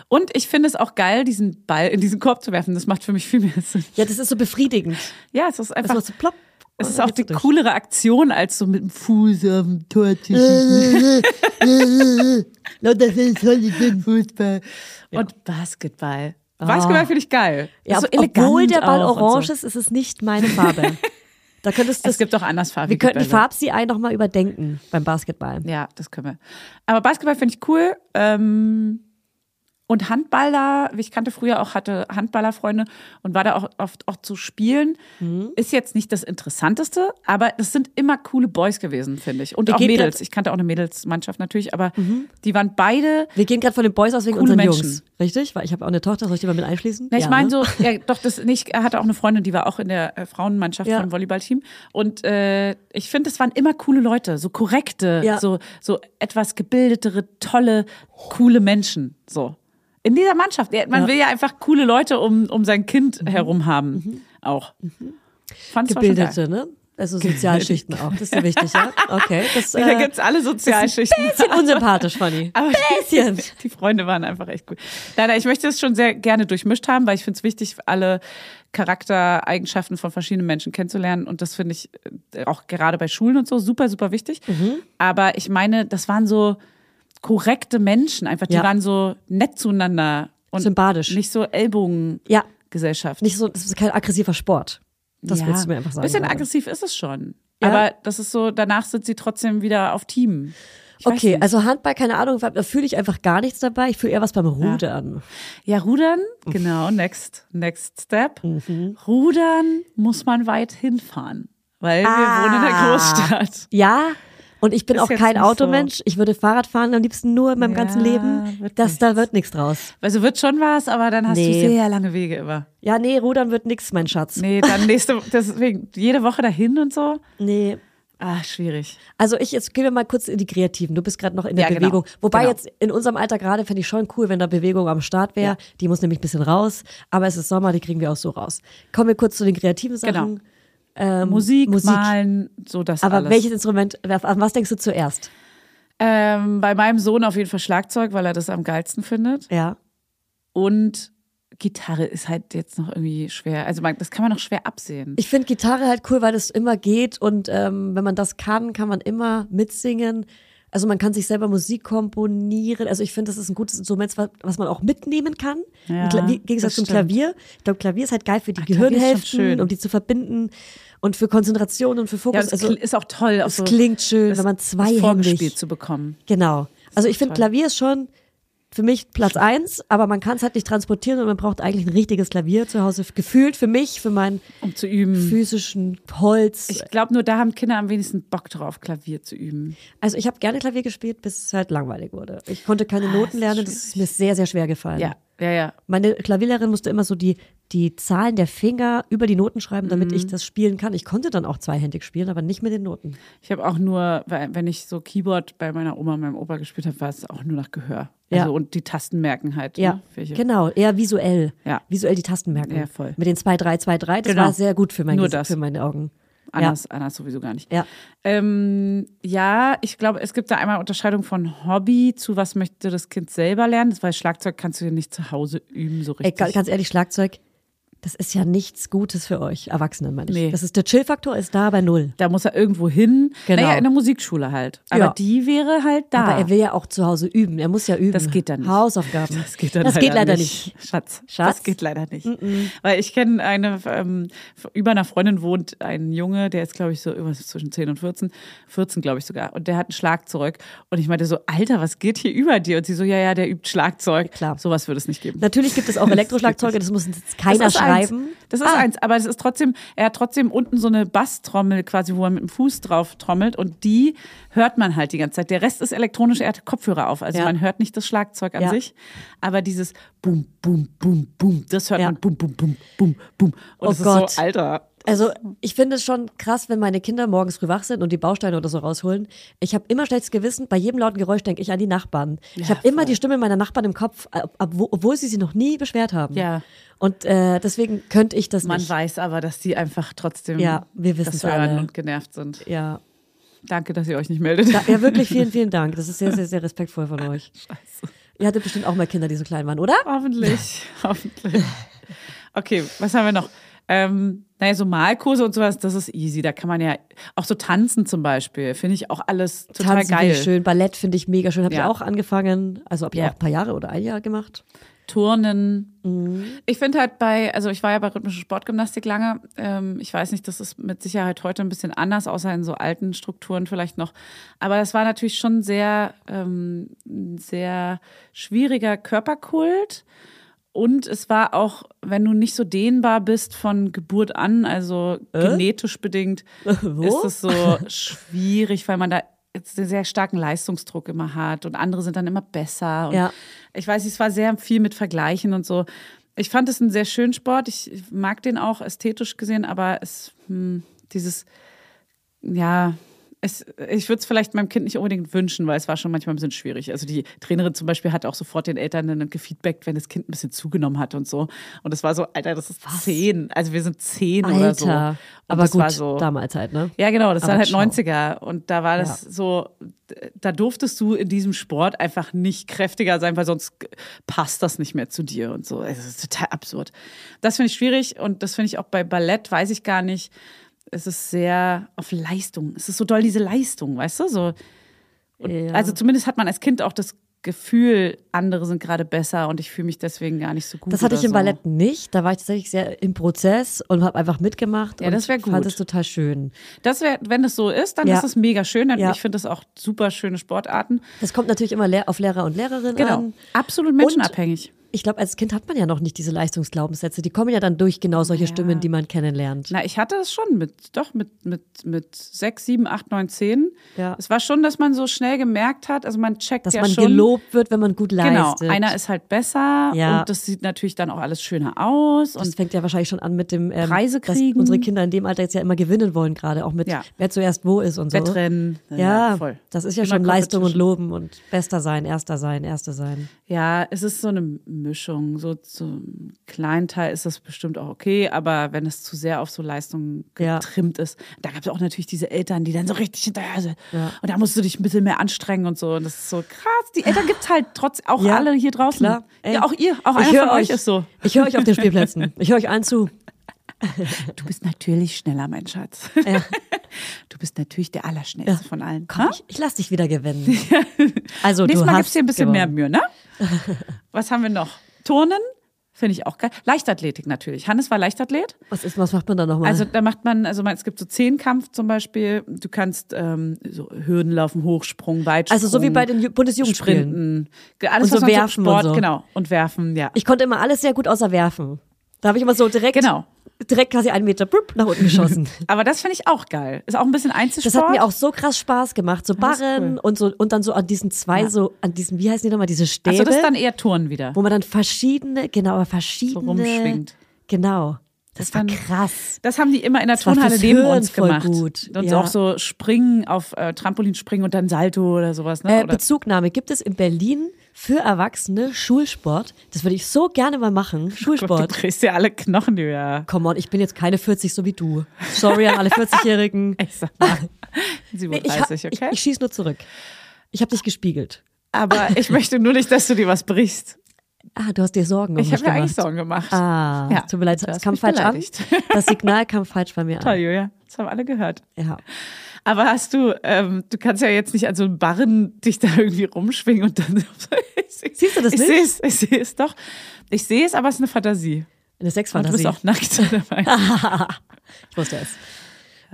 Und ich finde es auch geil, diesen Ball in diesen Korb zu werfen. Das macht für mich viel mehr Sinn. Ja, das ist so befriedigend. Ja, es ist Das einfach. macht so plopp. Ah. es Und ist dann auch geht's die Oh, durch. coolere Aktion, als so mit dem Fuß auf dem Tor zu Äh. Lauter Fälle, toll, ich bin. Fußball und Basketball. Basketball finde ich geil. Oh. Ja, so ob- obwohl elegant der Ball auch und orange so. ist, ist es nicht meine [LAUGHS] Farbe. Da könntest du Es gibt auch andersfarbige Wir könnten die Bälle. Farbsi ein nochmal überdenken beim Basketball. Ja, das können wir. Aber Basketball finde ich cool. Ähm, und Handball da, ich kannte früher auch, hatte Handballerfreunde und war da auch oft auch zu spielen. Ist jetzt nicht das Interessanteste, aber das sind immer coole Boys gewesen, finde ich. Und Wir auch gehen Mädels. grad- Ich kannte auch eine Mädelsmannschaft natürlich, aber die waren beide Wir gehen gerade von den Boys aus wegen Coole unseren Menschen. Jungs. Richtig? Weil ich habe auch eine Tochter, soll ich die mal mit einschließen? Na, ich Ja, meine ne? so, ja, doch, das nicht, er hatte auch eine Freundin, die war auch in der äh, Frauenmannschaft Ja. vom Volleyballteam. Und äh, ich finde, das waren immer coole Leute, so korrekte, Ja. so, so etwas gebildetere, tolle, coole Menschen. So. In dieser Mannschaft. Ja, Man will ja einfach coole Leute um, um sein Kind Mhm. herum haben. Auch. Fand's war schon geil. Gebildete, ne? [LAUGHS] Also Sozialschichten auch. Das ist ja wichtig, ja? Okay. Das Da äh, gibt's alle Sozialschichten. ist ein bisschen unsympathisch, Fanny. [LAUGHS] Aber bisschen. [LAUGHS] Die Freunde waren einfach echt cool. Nein, nein, ich möchte es schon sehr gerne durchmischt haben, weil ich finde es wichtig, alle Charaktereigenschaften von verschiedenen Menschen kennenzulernen. Und das finde ich äh, auch gerade bei Schulen und so super, super wichtig. Mhm. Aber ich meine, das waren so korrekte Menschen, einfach die Ja. waren so nett zueinander und Sympathisch. nicht so Ellbogengesellschaft. Ja, nicht so, das ist kein aggressiver Sport. Das Ja. willst du mir einfach sagen. Bisschen gerade. aggressiv ist es schon. Ja. Aber das ist so, danach sind sie trotzdem wieder auf Team. Ich weiß Okay, nicht. also Handball, keine Ahnung, da fühle ich einfach gar nichts dabei. Ich fühle eher was beim Rudern. Ja, rudern, genau, next, next step. Rudern muss man weit hinfahren, weil Ah. wir wohnen in der Großstadt. Ja, und ich bin Ist auch jetzt kein nicht so. Automensch. Ich würde Fahrrad fahren am liebsten nur in meinem Ja, ganzen Leben. wird Das, da wird nichts draus. Also wird schon was, aber dann hast Nee. du sehr lange Wege immer. Ja, nee, Rudern wird nichts, mein Schatz. Nee, dann [LAUGHS] nächste, deswegen jede Woche dahin und so. nee. Ah, schwierig. Also ich, jetzt gehen wir mal kurz in die Kreativen. Du bist gerade noch in der Ja, genau. Bewegung. Wobei Genau. jetzt in unserem Alter gerade fände ich schon cool, wenn da Bewegung am Start wäre. Die muss nämlich ein bisschen raus. Aber es ist Sommer, die kriegen wir auch so raus. Kommen wir kurz zu den kreativen Genau. Sachen. Ähm, Musik, malen, so das Aber alles. welches Instrument, an was denkst du zuerst? Ähm, bei meinem Sohn auf jeden Fall Schlagzeug, weil er das am geilsten findet. Ja. Und Gitarre ist halt jetzt noch irgendwie schwer. Also man, das kann man noch schwer absehen. Ich finde Gitarre halt cool, weil das immer geht und ähm, wenn man das kann, kann man immer mitsingen. Also man kann sich selber Musik komponieren. Also ich finde, das ist ein gutes Instrument, was- was man auch mitnehmen kann. Ja, Im Kla- Im Gegensatz das zum stimmt. Klavier. Ich glaube, Klavier ist halt geil für die Ah, Klavier ist schon Gehirnhälften, schön. um die zu verbinden und für Konzentration und für Ja, Fokus. das also kli- ist auch toll. Auch es so klingt schön, das- wenn man das Vorgespiel zweihändig. zu bekommen. Genau. Also ich finde toll. Klavier ist schon für mich Platz eins, aber man kann es halt nicht transportieren und man braucht eigentlich ein richtiges Klavier zu Hause. Gefühlt für mich, für meinen um zu üben. physischen Holz. Ich glaube, nur da haben Kinder am wenigsten Bock drauf, Klavier zu üben. also ich habe gerne Klavier gespielt, bis es halt langweilig wurde. Ich konnte keine Noten lernen, das ist mir sehr, sehr schwer gefallen. Ah, Ja, ja, ja. Meine Klavierlehrerin musste immer so die, die Zahlen der Finger über die Noten schreiben, damit Mhm. ich das spielen kann. Ich konnte dann auch zweihändig spielen, aber nicht mit den Noten. Ich habe auch nur, weil- wenn ich so Keyboard bei meiner Oma und meinem Opa gespielt habe, war es auch nur nach Gehör. Ja. Also, und die Tasten merken halt. Ja, Ne? Welche- genau, eher visuell. Ja. Visuell die Tasten merken. Ja, voll. Mit den 2, 3, 2, 3, das Genau. war sehr gut für, mein Nur Gesicht, das. für meine Augen. Anders, anders sowieso gar nicht. Ja. Ähm, ja, ich glaube, es gibt da einmal Unterscheidung von Hobby zu was möchte das Kind selber lernen, weil Schlagzeug kannst du ja nicht zu Hause üben so Ey, richtig. ga- ganz ehrlich, Schlagzeug, das ist ja nichts Gutes für euch Erwachsenen, meine ich. Nee. Das ist der Chill-Faktor ist da bei null. da muss er irgendwo hin. Genau. Naja, in der Musikschule halt. Aber Ja. die wäre halt da. Aber er will ja auch zu Hause üben. Er muss ja üben. Das geht dann nicht. Hausaufgaben. Das geht, dann das geht leider nicht. Schatz, Schatz? das geht leider nicht. Weil ich kenne eine, ähm, über einer Freundin wohnt ein Junge, der ist, glaube ich, so irgendwas zwischen 10 und 14, 14 glaube ich sogar, und der hat ein Schlagzeug. Und ich meinte so, Alter, was geht hier über dir? Und sie so, ja, ja, der übt Schlagzeug. Klar. Sowas würde es nicht geben. Natürlich gibt [LAUGHS] es auch Elektroschlagzeuge, das muss jetzt keiner das ist schreiben. Ah. Eins. Das ist eins, aber es ist trotzdem, er hat trotzdem unten so eine Basstrommel quasi, wo er mit dem Fuß drauf trommelt und die hört man halt die ganze Zeit. Der Rest ist elektronisch, er hat Kopfhörer auf, also Ja. man hört nicht das Schlagzeug an Ja. sich, aber dieses Bum, Bum, Bum, Bum, das hört Ja. man Bum, Bum, Bum, Bum, Bum. Und Oh es ist Gott. so, Alter. Also ich finde es schon krass, wenn meine Kinder morgens früh wach sind und die Bausteine oder so rausholen. Ich habe immer schlechtes Gewissen, bei jedem lauten Geräusch denke ich an die Nachbarn. ich habe immer die Stimme meiner Nachbarn im Kopf, äh, ob- obwo- obwohl sie sie noch nie beschwert haben. Ja. Und äh, deswegen könnte ich das Man nicht. weiß aber, dass die einfach trotzdem Ja, wir wissen's das hören alle. und genervt sind. Ja. Danke, dass ihr euch nicht meldet. Da, ja, wirklich vielen, vielen Dank. Das ist sehr, sehr, sehr respektvoll von [LAUGHS] euch. Ihr hattet bestimmt auch mal Kinder, die so klein waren, oder? Hoffentlich, [LAUGHS] hoffentlich. Okay, was haben wir noch? Ähm, naja, so Malkurse und sowas, das ist easy. Da kann man ja auch so tanzen zum Beispiel. Finde ich auch alles total Tanzen finde geil. ich schön, Ballett finde ich mega schön. Habe Ja. ich auch angefangen. Also habe ich Ja. auch ein paar Jahre oder ein Jahr gemacht. [LAUGHS] Turnen. Ich finde halt bei, also ich war ja bei rhythmischer Sportgymnastik lange. Ähm, ich weiß nicht, das ist mit Sicherheit heute ein bisschen anders, außer in so alten Strukturen vielleicht noch. Aber das war natürlich schon sehr, ähm, ein sehr schwieriger Körperkult. Und es war auch, wenn du nicht so dehnbar bist von Geburt an, also genetisch bedingt, Wo? ist es so schwierig, weil man da jetzt einen sehr starken Leistungsdruck immer hat und andere sind dann immer besser. Und Ja. Ich weiß, nicht, es war sehr viel mit Vergleichen und so. Ich fand es einen sehr schönen Sport. Ich ich mag den auch ästhetisch gesehen, aber es, hm, dieses, ja, es, ich würde es vielleicht meinem Kind nicht unbedingt wünschen, weil es war schon manchmal ein bisschen schwierig. Also die Trainerin zum Beispiel hat auch sofort den Eltern dann gefeedbackt, wenn das Kind ein bisschen zugenommen hat und so. Und es war so, Alter, das ist zehn. Also wir sind zehn oder so. Alter. Und Aber das gut, war so, damals halt, ne? ja, genau, das Aber waren halt schau. 90er und da war das so, da durftest du in diesem Sport einfach nicht kräftiger sein, weil sonst passt das nicht mehr zu dir und so. Es ist total absurd. Das finde ich schwierig und das finde ich auch bei Ballett, weiß ich gar nicht. Es ist sehr auf Leistung. Es ist so doll diese Leistung, weißt du? So, Ja. Also zumindest hat man als Kind auch das Gefühl, andere sind gerade besser und ich fühle mich deswegen gar nicht so gut. Das hatte oder ich im so. Ballett nicht. Da war ich tatsächlich sehr im Prozess und habe einfach mitgemacht. Ja, und das wär gut. Fand es total schön. Das wäre, wenn das so ist, dann Ja. ist es mega schön. Dann, Ja. Ich finde das auch super schöne Sportarten. Das kommt natürlich immer lehr- auf Lehrer und Lehrerinnen Genau. an. Absolut menschenabhängig. Ich glaube, als Kind hat man ja noch nicht diese Leistungsglaubenssätze. Die kommen ja dann durch genau solche Stimmen, die man kennenlernt. Na, ich hatte es schon mit, doch, mit, mit, mit sechs, sieben, acht, neun, zehn. Ja. Es war schon, dass man so schnell gemerkt hat, also man checkt Dass ja man schon. gelobt wird, wenn man gut Genau, leistet. einer ist halt besser Ja. und das sieht natürlich dann auch alles schöner aus. Das Und fängt ja wahrscheinlich schon an mit dem ähm, Preise dass kriegen. unsere Kinder in dem Alter jetzt ja immer gewinnen wollen, gerade auch mit Ja. wer zuerst wo ist und so. Wettrennen, na Ja, ja, voll. das ist ja Immer schon Leistung und Competition. Loben und Bester sein, Erster sein, Erste sein. ja, es ist so eine Mischung. So zum kleinen Teil ist das bestimmt auch okay, aber wenn es zu sehr auf so Leistung Ja. getrimmt ist, da gab es auch natürlich diese Eltern, die dann so richtig hinterher sind. Ja. Und da musst du dich ein bisschen mehr anstrengen und so. Und das ist so krass. Die Eltern gibt es halt trotz auch Ja, alle hier draußen. klar. Ey, Ja, auch ihr, auch ich einer höre von euch. euch ist so. Ich höre euch auf den [LAUGHS] Spielplätzen. Ich höre euch allen zu. Du bist natürlich schneller, mein Schatz. [LAUGHS] Du bist natürlich der Allerschnellste von allen. Komm, Ha? ich, ich lass dich wieder [LAUGHS] gewinnen. Also Nächstes du Mal hast gibt es dir ein bisschen gewonnen. [LAUGHS] mehr Mühe, ne? Was haben wir noch? Turnen? Finde ich auch geil. Leichtathletik natürlich. Hannes war Leichtathlet. Was ist, was macht man da nochmal? Also da macht man, also man, es gibt so Zehnkampf zum Beispiel. Du kannst ähm, so Hürden laufen, Hochsprung, Weitsprung. also so wie bei den Ju- Bundesjugendspielen. Sprinten. Alles, Und was so man werfen und Sport, so. genau. Und werfen, ja. Ich konnte immer alles sehr gut außer werfen. Da habe ich immer so direkt, Genau. direkt quasi einen Meter plupp, nach unten [LAUGHS] geschossen. Aber das finde ich auch geil. Ist auch ein bisschen Einzelsport. Das hat mir auch so krass Spaß gemacht. So das ist Barren und so und dann so an diesen zwei, so an diesen, wie heißen die nochmal, diese Stäbe, Also das ist dann eher Touren wieder. wo man dann verschiedene, genau, aber verschiedene. rumschwingt. Genau. Das, Das war dann- krass. Das haben die immer in der war Turnhalle fürs neben Hirn uns voll gemacht. gut, Und ja. auch so springen auf äh, Trampolin springen und dann Salto oder sowas. Ne? Äh, oder Bezugnahme gibt es in Berlin für Erwachsene Schulsport. Das würde ich so gerne mal machen. Oh Gott, du Schulsport. kriegst ja alle Knochen, du ja. Come on, ich bin jetzt keine 40 so wie du. Sorry an alle [LAUGHS] 40-Jährigen. Ich [LAUGHS] sag mal. Nee, ich, hab- 37, ich, okay? ich schieß nur zurück. Ich habe dich gespiegelt. Aber ich möchte nur nicht, dass du dir was [LAUGHS] brichst. Ah, du hast dir Sorgen um Ich mich habe mir gemacht. eigentlich Sorgen gemacht. Ah, Ja, tut mir leid, du es hast kam mich falsch beleidigt. [LAUGHS] an. [LAUGHS] Das Signal kam falsch bei mir Toll, an. Julia. Das haben alle gehört. Ja. Aber hast du, ähm, du kannst ja jetzt nicht an so einem Barren dich da irgendwie rumschwingen und dann. [LAUGHS] Siehst du das ich nicht? sehe es, ich sehe es doch. Ich sehe es, aber es ist eine Eine Fantasie. Und du bist Sexfantasie. auch nackt [LAUGHS] dabei. [LAUGHS] Ich wusste es.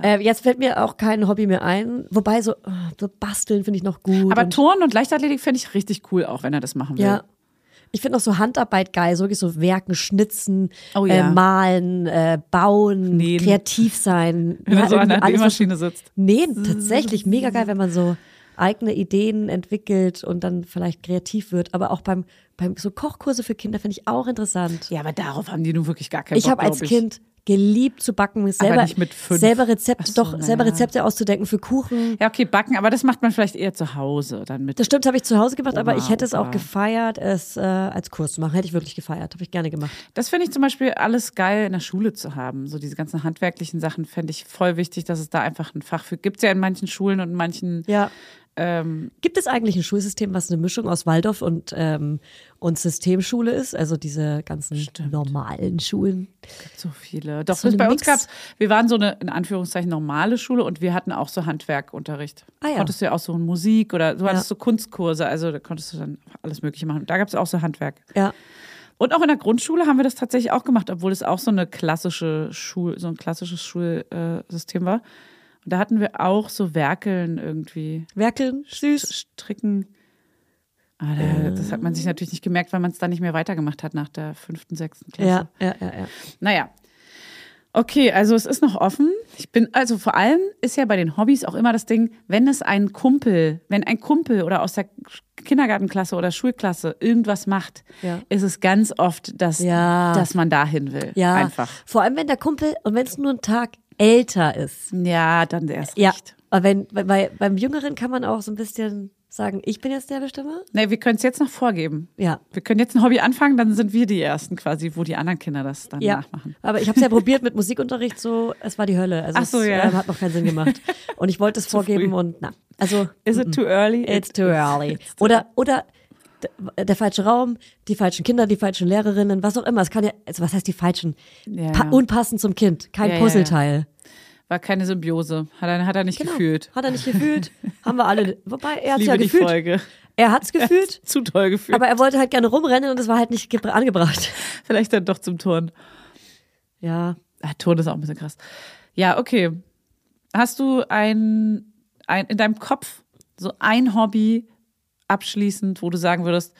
Äh, jetzt fällt mir auch kein Hobby mehr ein. Wobei, so, oh, so basteln finde ich noch gut. Aber und, Turnen und Leichtathletik finde ich richtig cool, auch wenn er das machen will. ja. Ich finde auch so Handarbeit geil, so, wirklich so Werken, Schnitzen, Oh äh, ja. malen, äh, bauen, Nähen. kreativ sein. Wenn er [LAUGHS] so an irgendwie alles, der was- Nähmaschine sitzt. Nähen, tatsächlich mega geil, wenn man so eigene Ideen entwickelt und dann vielleicht kreativ wird. Aber auch beim, beim so Kochkurse für Kinder finde ich auch interessant. Ja, aber darauf haben die nun wirklich gar keinen ich Bock, habe als glaub ich. Kind geliebt zu backen, selber, nicht mit fünf. selber Rezepte, so, doch, na selber ja. Rezepte auszudenken für Kuchen. Ja, okay, backen, aber das macht man vielleicht eher zu Hause dann mit. Das stimmt, habe ich zu Hause gemacht, aber Oma, ich hätte es auch Opa. gefeiert, es äh, als Kurs zu machen. Hätte ich wirklich gefeiert, habe ich gerne gemacht. Das finde ich zum Beispiel alles geil in der Schule zu haben. So diese ganzen handwerklichen Sachen fände ich voll wichtig, dass es da einfach ein Fach für gibt. ja in manchen Schulen und in manchen. Ja. Ähm, Gibt es eigentlich ein Schulsystem, was eine Mischung aus Waldorf und, ähm, und Systemschule ist? Also diese ganzen normalen Schulen. so viele. Doch, So bis ein bei uns Mix. gab's. wir waren so eine, in Anführungszeichen, normale Schule und wir hatten auch so Handwerkunterricht. Ah ja. Konntest du ja auch so Musik oder du hattest Ja. so Kunstkurse, also da konntest du dann alles Mögliche machen. Da gab's auch so Handwerk. Ja. Und auch in der Grundschule haben wir das tatsächlich auch gemacht, obwohl es auch so eine klassische Schul, so ein klassisches Schulsystem war. Und da hatten wir auch so Werkeln irgendwie, Werkeln, süß. Stricken. Aber da, das hat Oh. man sich natürlich nicht gemerkt, weil man es dann nicht mehr weitergemacht hat nach der fünften, sechsten Klasse. Ja, ja, ja, ja. Naja. Okay, also es ist noch offen. Ich bin, also vor allem ist ja bei den Hobbys auch immer das Ding, wenn es ein Kumpel, wenn ein Kumpel oder aus der Kindergartenklasse oder Schulklasse irgendwas macht, Ja. ist es ganz oft, dass, Ja. dass man dahin will. Ja, Einfach. vor allem wenn der Kumpel und wenn es nur ein Tag älter ist. Ja, dann erst Ja, recht. aber wenn, weil- weil beim Jüngeren kann man auch so ein bisschen sagen, ich bin jetzt der Bestimmer. Nee, wir können es jetzt noch vorgeben. Ja. Wir können jetzt ein Hobby anfangen, dann sind wir die Ersten quasi, wo die anderen Kinder das dann Ja, nachmachen. aber ich habe es ja probiert mit Musikunterricht so, es war die Hölle. Also Ach so, es ja. ähm, hat noch keinen Sinn [LAUGHS] gemacht. Und ich wollte es vorgeben früh. und na, also Is it too early? it's too [LAUGHS] early. Oder oder d- äh, der falsche Raum, die falschen Kinder, die falschen Lehrerinnen, was auch immer. Es kann ja, also was heißt die falschen? Ja, Pa ja. unpassend zum Kind, kein Ja, ja, ja. Puzzleteil. War keine Symbiose. Hat er, hat er nicht gefühlt. Hat er nicht gefühlt? Haben wir alle. Wobei er hat Genau. Liebe ja die gefühlt. Folge. Er hat's [LAUGHS] gefühlt, Zu toll gefühlt. aber er wollte halt gerne rumrennen und es war halt nicht gebra- angebracht. [LAUGHS] Vielleicht dann doch zum Turn. Ja. Ah, Ton ist auch ein bisschen krass. Ja, okay. Hast du ein, ein in deinem Kopf so ein Hobby abschließend, wo du sagen würdest,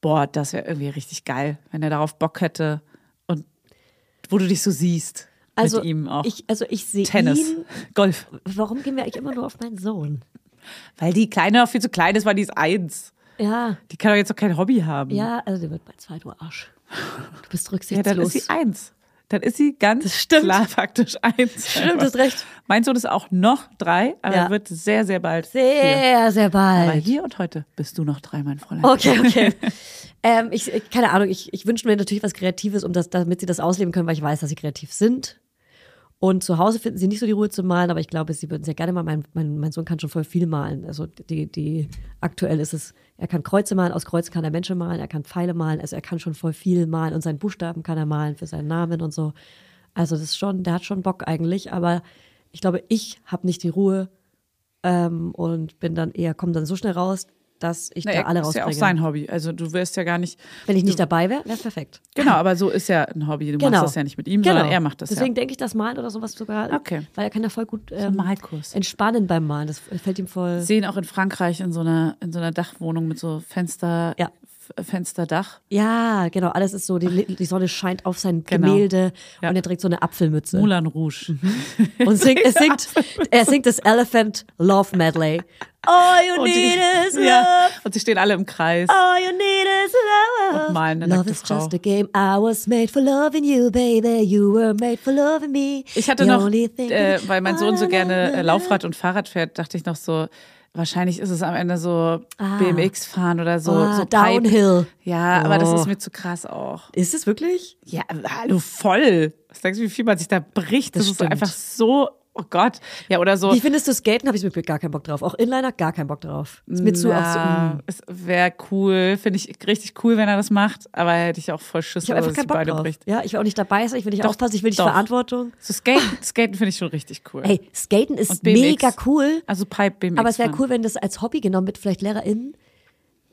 boah, das wäre irgendwie richtig geil, wenn er darauf Bock hätte und wo du dich so siehst Also mit ihm auch. ich also ich sehe Tennis, ihn. Golf. Warum gehen wir eigentlich immer nur auf meinen Sohn? Weil die Kleine noch viel zu klein ist, weil die ist eins. Ja, Die kann doch jetzt noch kein Hobby haben. ja, also der wird bald zwei, du Arsch. Du bist Mhm. ja dann ist rücksichtslos. sie eins. Dann ist sie ganz stimmt. klar faktisch eins. Stimmt, du hast recht. Mein Sohn ist auch noch drei, aber Ja. er wird sehr, sehr bald vier. Sehr, sehr Aber bald. hier und heute bist du noch drei, mein Fräulein. Okay, okay. [LAUGHS] ähm, ich, ich- keine Ahnung, ich, ich wünsche mir natürlich was Kreatives, um das, damit sie das ausleben können, weil ich weiß, dass sie kreativ sind. Und zu Hause finden sie nicht so die Ruhe zu malen, aber ich glaube, sie würden sehr gerne mal. Mein, mein, mein Sohn kann schon voll viel malen. Also die, die aktuell ist es, er kann Kreuze malen, aus Kreuzen kann er Menschen malen, er kann Pfeile malen, also er kann schon voll viel malen und seinen Buchstaben kann er malen für seinen Namen und so. Also das ist schon, der hat schon Bock eigentlich, aber ich glaube, ich habe nicht die Ruhe, ähm, und bin dann eher, komme dann so schnell raus, dass ich Na, da er- alle ist ja rausbringe. auch sein Hobby. Also du wärst ja gar nicht. Wenn ich nicht dabei wäre, wäre es perfekt. Genau, aber so ist ja ein Hobby. Du Genau. machst das ja nicht mit ihm, sondern er macht das Deswegen ja. denke ich, das Malen oder sowas sogar, Okay. weil er kann ja voll gut ein ähm, Malkurs. entspannen beim Malen. Das fällt ihm voll. sehen auch in Frankreich in so einer in so einer Dachwohnung mit so Fenster Ja. F- Fensterdach. Ja, genau, alles ist so, die, die Sonne scheint auf sein Genau. Gemälde Ja. und er trägt so eine Apfelmütze. Moulin Rouge. Mhm. Und [LAUGHS] singt, er, singt, er singt das Elephant Love Medley. All you Und, need is Oh, love. die, [LAUGHS] ja, und sie stehen alle im Kreis. All you need is love. Und malen eine love nackte is Frau. just a game. I was made for loving you, baby. You were made for loving me. Ich hatte The noch, only thing- äh, weil mein Sohn so gerne äh, Ah, Laufrad und Fahrrad fährt, dachte ich noch so, wahrscheinlich ist es am Ende so Ah. BMX fahren oder so. Ah, so Pipe. Downhill. Ja, aber das Oh. ist mir zu krass auch. Ist es wirklich? Ja, hallo, voll. Was denkst du, wie viel man sich da bricht? Das, Das ist stimmt. einfach so, oh Gott. Ja, oder so. Wie findest du Skaten? Habe ich mir gar keinen Bock drauf. Auch Inliner gar keinen Bock drauf. Ist mir zu oft so, mm. Na, Es wäre cool, finde ich richtig cool, wenn er das macht, aber hätte ich auch voll Schiss, Ich habe dass einfach es keinen die Bock Beine drauf. bricht. Ja, ich will auch nicht dabei sein, ich will nicht Doch, aufpassen, ich will nicht doch. Verantwortung. So Skaten, Skaten finde ich schon richtig cool. Ey, Skaten Und ist BMX. mega cool, Also Pipe BMX. aber es wäre fahren. cool, wenn das als Hobby genommen wird, vielleicht LehrerInnen,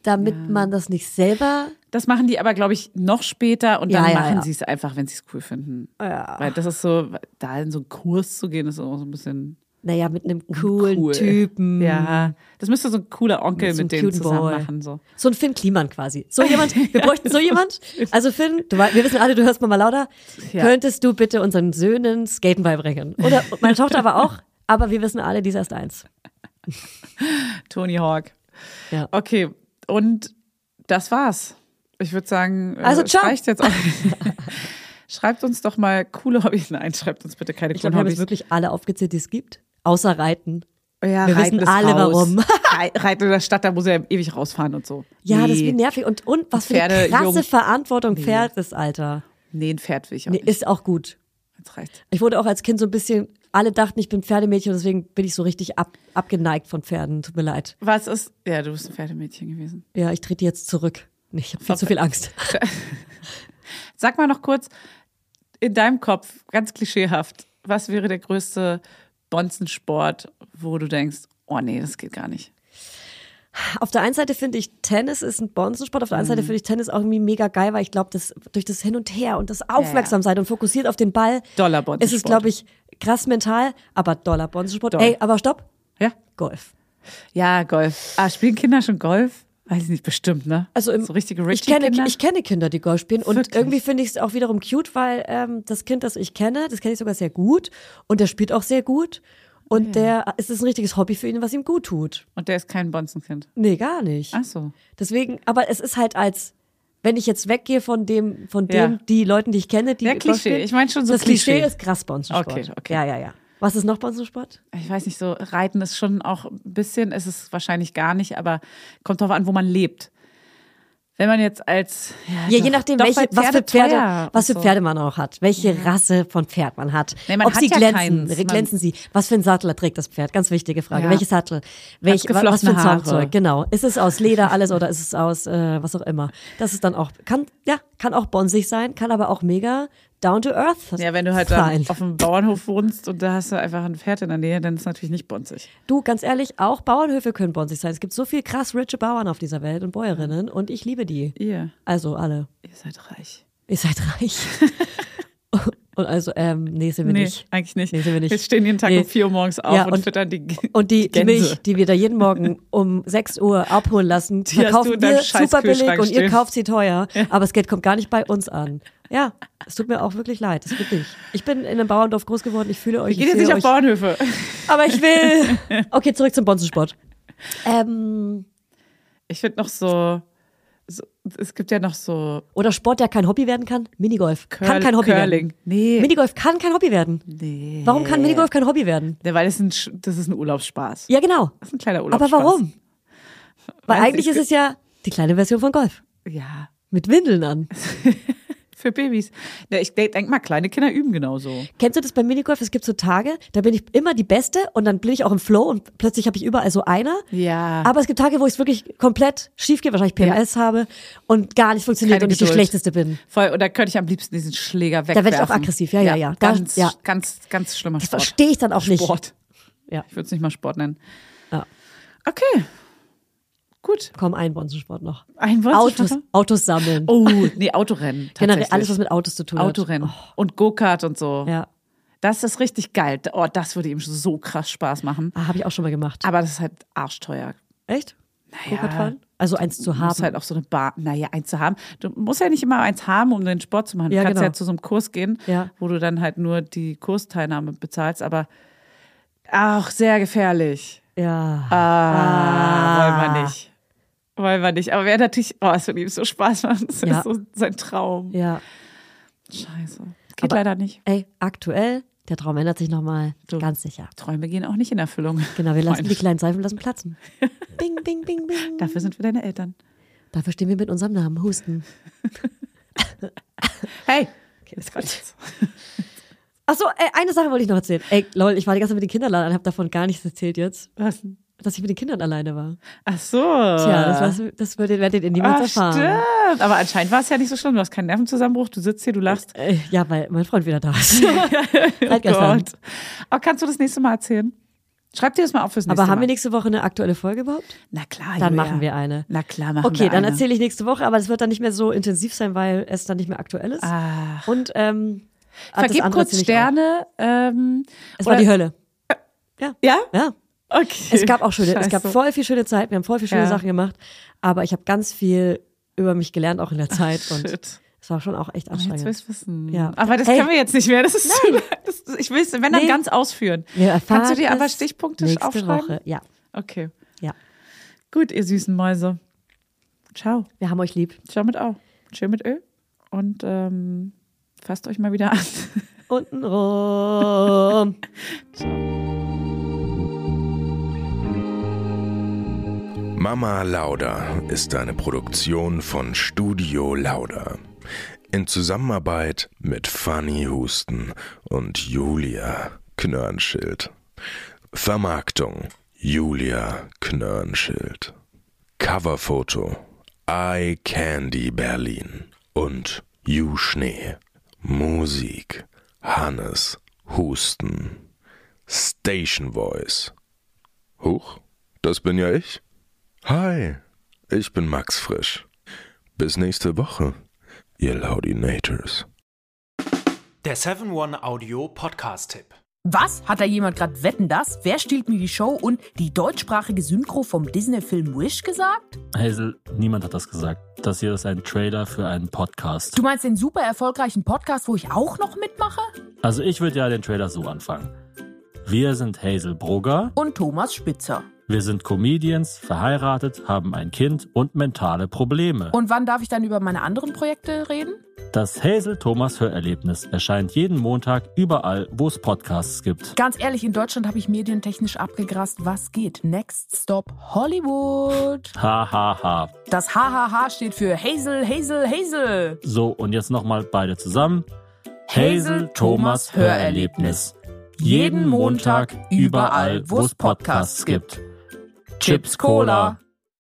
damit man das nicht selber. Das machen die aber, glaube ich, noch später und dann Ja, ja, machen ja. sie es einfach, wenn sie es cool finden. Weil das ist so, da in so einen Kurs zu gehen, ist immer so ein bisschen Naja, mit einem coolen cool. Typen. Ja, das müsste so ein cooler Onkel Mit mit, so einem denen cuten zusammen Boy. machen. So. So ein Finn Kliman quasi. So [LAUGHS] jemand, wir bräuchten so jemand. Also Finn, du, wei- wir wissen alle, du hörst Mama Lauda. Ja. Könntest du bitte unseren Söhnen Skaten beibringen? Oder meine Tochter aber auch, aber wir wissen alle, die ist erst eins. Tony Hawk. Ja. Okay, und das war's. Ich würde sagen, äh, Also, es ciao. reicht jetzt auch. [LAUGHS] schreibt uns doch mal coole Hobbys. Nein, schreibt uns bitte keine Ich coolen glaube, wir haben jetzt Hobbys. wirklich alle aufgezählt, die es gibt. Außer Reiten. Ja, wir Reiten wissen ist alle, raus. [LAUGHS] warum. Rei- Reiten in der Stadt, da muss er ewig rausfahren und so. Ja, das nee. ist wie nervig. Und, und was für Pferde, eine krasse Jung. Verantwortung Pferd ist, Alter. Nee, ein Pferd will ich auch Nee, nicht. ist auch gut. Jetzt reicht's. Ich wurde auch als Kind so ein bisschen, alle dachten, ich bin Pferdemädchen, deswegen bin ich so richtig ab, abgeneigt von Pferden. Tut mir leid. Was ist? Ja, du bist ein Pferdemädchen gewesen. Ja, ich trete jetzt zurück. Nee, Ich habe viel zu viel Angst. Sag mal noch kurz, in deinem Kopf, ganz klischeehaft, was wäre der größte Bonzensport, wo du denkst, oh nee, das geht gar nicht? Auf der einen Seite finde ich Tennis ist ein Bonzensport, auf der anderen Seite finde ich Tennis auch irgendwie mega geil, weil ich glaube, das durch das Hin und Her und das Aufmerksamsein und fokussiert auf den Ball Doller Bonzensport. ist es, glaube ich, krass mental, aber Dollar Bonzensport. Doll. Ey, aber stopp, Ja? Golf. Ja, Golf. Ah, spielen Kinder schon Golf? Weiß ich nicht, bestimmt, ne? Also im, so richtige ich kenne, Richie-Kinder? ich kenne Kinder, die Golf spielen und Wirklich? irgendwie finde ich es auch wiederum cute, weil ähm, das Kind, das ich kenne, das kenne ich sogar sehr gut und der spielt auch sehr gut und Ah, der es ist ein richtiges Hobby für ihn, was ihm gut tut. Und der ist kein Bonzenkind. Nee, gar nicht. Ach so. Deswegen, aber es ist halt als wenn ich jetzt weggehe von dem, von Ja. dem, die Leuten, die ich kenne, die Ja, Golf Klischee. spielen, Ich meine schon so das Klischee. Klischee. ist krass Bonzensport. Okay, okay. Ja, ja, ja. Was ist noch Bonzensport? Ich weiß nicht, so Reiten ist schon auch ein bisschen, ist es wahrscheinlich gar nicht, aber kommt drauf an, wo man lebt. Wenn man jetzt als. Ja, doch- je nachdem, Also doch, welche, weil was für teuer Pferde, und was für so. Pferde man auch hat, welche Rasse von Pferd man hat, Nee, man ob hat sie ja glänzen, keins. Man- glänzen sie, was für ein Sattel trägt das Pferd, ganz wichtige Frage, Ja. welches Sattel, welch, wa- was für geflochtene ein Haare. Zaumzeug, genau, ist es aus Leder alles oder ist es aus äh, was auch immer, das ist dann auch, kann, ja, kann auch bonsig sein, kann aber auch mega down to earth Ja, wenn du halt sein. dann auf dem Bauernhof wohnst und da hast du einfach ein Pferd in der Nähe, dann ist es natürlich nicht bonzig. Du, ganz ehrlich, auch Bauernhöfe können bonsig sein, es gibt so viel krass riche Bauern auf dieser Welt und Bäuerinnen und ich liebe die, Ihr, also alle, ihr seid reich. ihr seid [LAUGHS] reich. Und also, ähm, nee, sind wir nee, nicht. eigentlich nicht. Nee, sind wir nicht. Wir stehen jeden Tag Nee. um 4 Uhr morgens auf Ja, und, und- füttern die. Und die, die Gänse. Milch, die wir da jeden Morgen um 6 Uhr abholen lassen, hast du verkaufen in deinem wir scheiß super billig Kühlschrank und ihr stehen. kauft sie teuer. Aber das Geld kommt gar nicht bei uns an. Ja, es tut mir auch wirklich leid. Das wirklich. Ich bin in einem Bauerndorf groß geworden. Ich fühle euch. Geht ich sehe jetzt nicht auf euch, Bauernhöfe. aber ich [LAUGHS] will. Okay, zurück zum Bonzensport. Ähm, Ich finde noch so, so, es gibt ja noch so oder Sport, der kein Hobby werden kann? Minigolf. Curl, kann kein Hobby Curling. werden. Nee. Minigolf kann kein Hobby werden. nee. Warum kann Minigolf kein Hobby werden? Ja, weil das ist, ein, Sch- das ist ein Urlaubsspaß. Ja, genau. Das ist ein kleiner Aber Urlaubsspaß. warum? Weil Weiß eigentlich ich- ist es ja die kleine Version von Golf. Ja, [LAUGHS] Mit Windeln an. für Babys. Ja, ich denke denk mal, kleine Kinder üben genauso. Kennst du das beim Minigolf? Es gibt so Tage, da bin ich immer die Beste und dann bin ich auch im Flow und plötzlich habe ich überall so einer. Ja. Aber es gibt Tage, wo ich es wirklich komplett schief gehe, wahrscheinlich PMS habe und gar nicht funktioniert Keine und ich die Geduld. Schlechteste bin. Voll, und da könnte ich am liebsten diesen Schläger wegwerfen. werd ich auch aggressiv, ja, ja, ja. Da- Ganz, ja. ganz, ganz schlimmer Das Sport. verstehe ich dann auch nicht. Sport. Ja. Ich würde es nicht mal Sport nennen. Ja. Okay. Gut. Komm, ein Bonzensport noch. Ein Autos, Autos. Autos sammeln. Oh, nee, Autorennen. [LAUGHS] Generell tatsächlich. alles, was mit Autos zu tun hat. Oh, Autorennen und Go-Kart und so. Ja, Das ist richtig geil. Oh, das würde ihm so krass Spaß machen. ah, habe ich auch schon mal gemacht. Aber das ist halt arschteuer. Echt? Naja, Go-Kart fahren? Also eins zu Du musst haben. halt auch so eine Bar, naja, eins zu haben. Du musst ja nicht immer eins haben, um den Sport zu machen. Du Ja, kannst genau. ja zu so einem Kurs gehen, Ja. wo du dann halt nur die Kursteilnahme bezahlst, aber auch sehr gefährlich. ja. Ah, wollen wir nicht. Wollen wir nicht. Aber wäre natürlich, oh, es würde ihm so Spaß machen. Das Ja. ist so sein Traum. Ja. Scheiße. Geht Aber- leider nicht. Ey, aktuell, der Traum ändert sich nochmal. Ganz sicher. Träume gehen auch nicht in Erfüllung. Genau, wir lassen Freunde. die kleinen Seifen lassen [LAUGHS] platzen. Bing, bing, bing, bing. Dafür sind wir deine Eltern. Dafür stehen wir mit unserem Namen. Husten. Hey! ist gut. Achso, äh, eine Sache wollte ich noch erzählen. Ey, lol, ich war die ganze Zeit mit den Kindern allein und habe davon gar nichts erzählt jetzt. Was? Dass ich mit den Kindern alleine war. Ach so. Tja, das, war's- das werdet werdet ihr niemals Äh. Ach, erfahren. stimmt. Aber anscheinend war es ja nicht so schlimm. Du hast keinen Nervenzusammenbruch. Du sitzt hier, du lachst. Äh, ja, weil mein Freund wieder da ist. [LAUGHS] Seit gestern. Oh Gott. Aber kannst du das nächste Mal erzählen? Schreib dir das mal auf fürs nächste Aber haben Mal. wir nächste Woche eine aktuelle Folge überhaupt? Na klar, Dann Julia. machen wir eine. Na klar, machen wir Okay, dann eine. erzähle ich nächste Woche, aber es wird dann nicht mehr so intensiv sein, weil es dann nicht mehr aktuell Ah, ist. Ach. Und ähm, ah, das Vergib andere kurz erzähle ich auch. Sterne. Ähm, Es war die Hölle. Ja? Ja. Okay. Es gab auch schöne, es gab Scheiße. voll viel schöne Zeit, wir haben voll viel schöne Ja. Sachen gemacht, aber ich habe ganz viel über mich gelernt auch in der Zeit und Shit. Oh, es war schon auch echt Jetzt will anstrengend. ich wissen. Ja. Aber das Hey. können wir jetzt nicht mehr. Das ist zu, [LAUGHS] das, ich will es, wenn dann Nee. ganz ausführen. Wir erfahren Kannst du dir aber es stichpunktisch nächste aufschreiben? Woche. Ja, Okay. ja. Gut, ihr süßen Mäuse. Ciao. Wir haben euch lieb Ciao mit Au. Tschö mit Ö. Und ähm, fasst euch mal wieder an. unten rum. Mama Lauda ist eine Produktion von Studio Lauda. In Zusammenarbeit mit Fanny Husten und Julia Knörnschild. Vermarktung Julia Knörnschild. Coverfoto Eye Candy Berlin und You Schnee. Musik Hannes Husten. Station Voice. Huch, das bin ja ich. Hi, ich bin Max Frisch. Bis nächste Woche, ihr Laudinators. Der 7-One Audio Podcast-Tipp. Was? Hat da jemand gerade Wetten das? Wer stiehlt mir die Show und die deutschsprachige Synchro vom Disney-Film Wish gesagt? Hazel, niemand hat das gesagt. Das hier ist ein Trailer für einen Podcast. Du meinst den super erfolgreichen Podcast, wo ich auch noch mitmache? Also ich würde ja den Trailer so anfangen. Wir sind Hazel Brugger, Und Thomas Spitzer. wir sind Comedians, verheiratet, haben ein Kind und mentale Probleme. Und wann darf ich dann über meine anderen Projekte reden? Das Hazel-Thomas-Hörerlebnis erscheint jeden Montag überall, wo es Podcasts gibt. Ganz ehrlich, in Deutschland habe ich medientechnisch abgegrast, was geht. Next Stop Hollywood. Ha ha ha. Das HHH steht für Hazel, Hazel, Hazel. So, und jetzt nochmal beide zusammen. Jeden Montag überall, wo es Podcasts gibt. Chips Cola.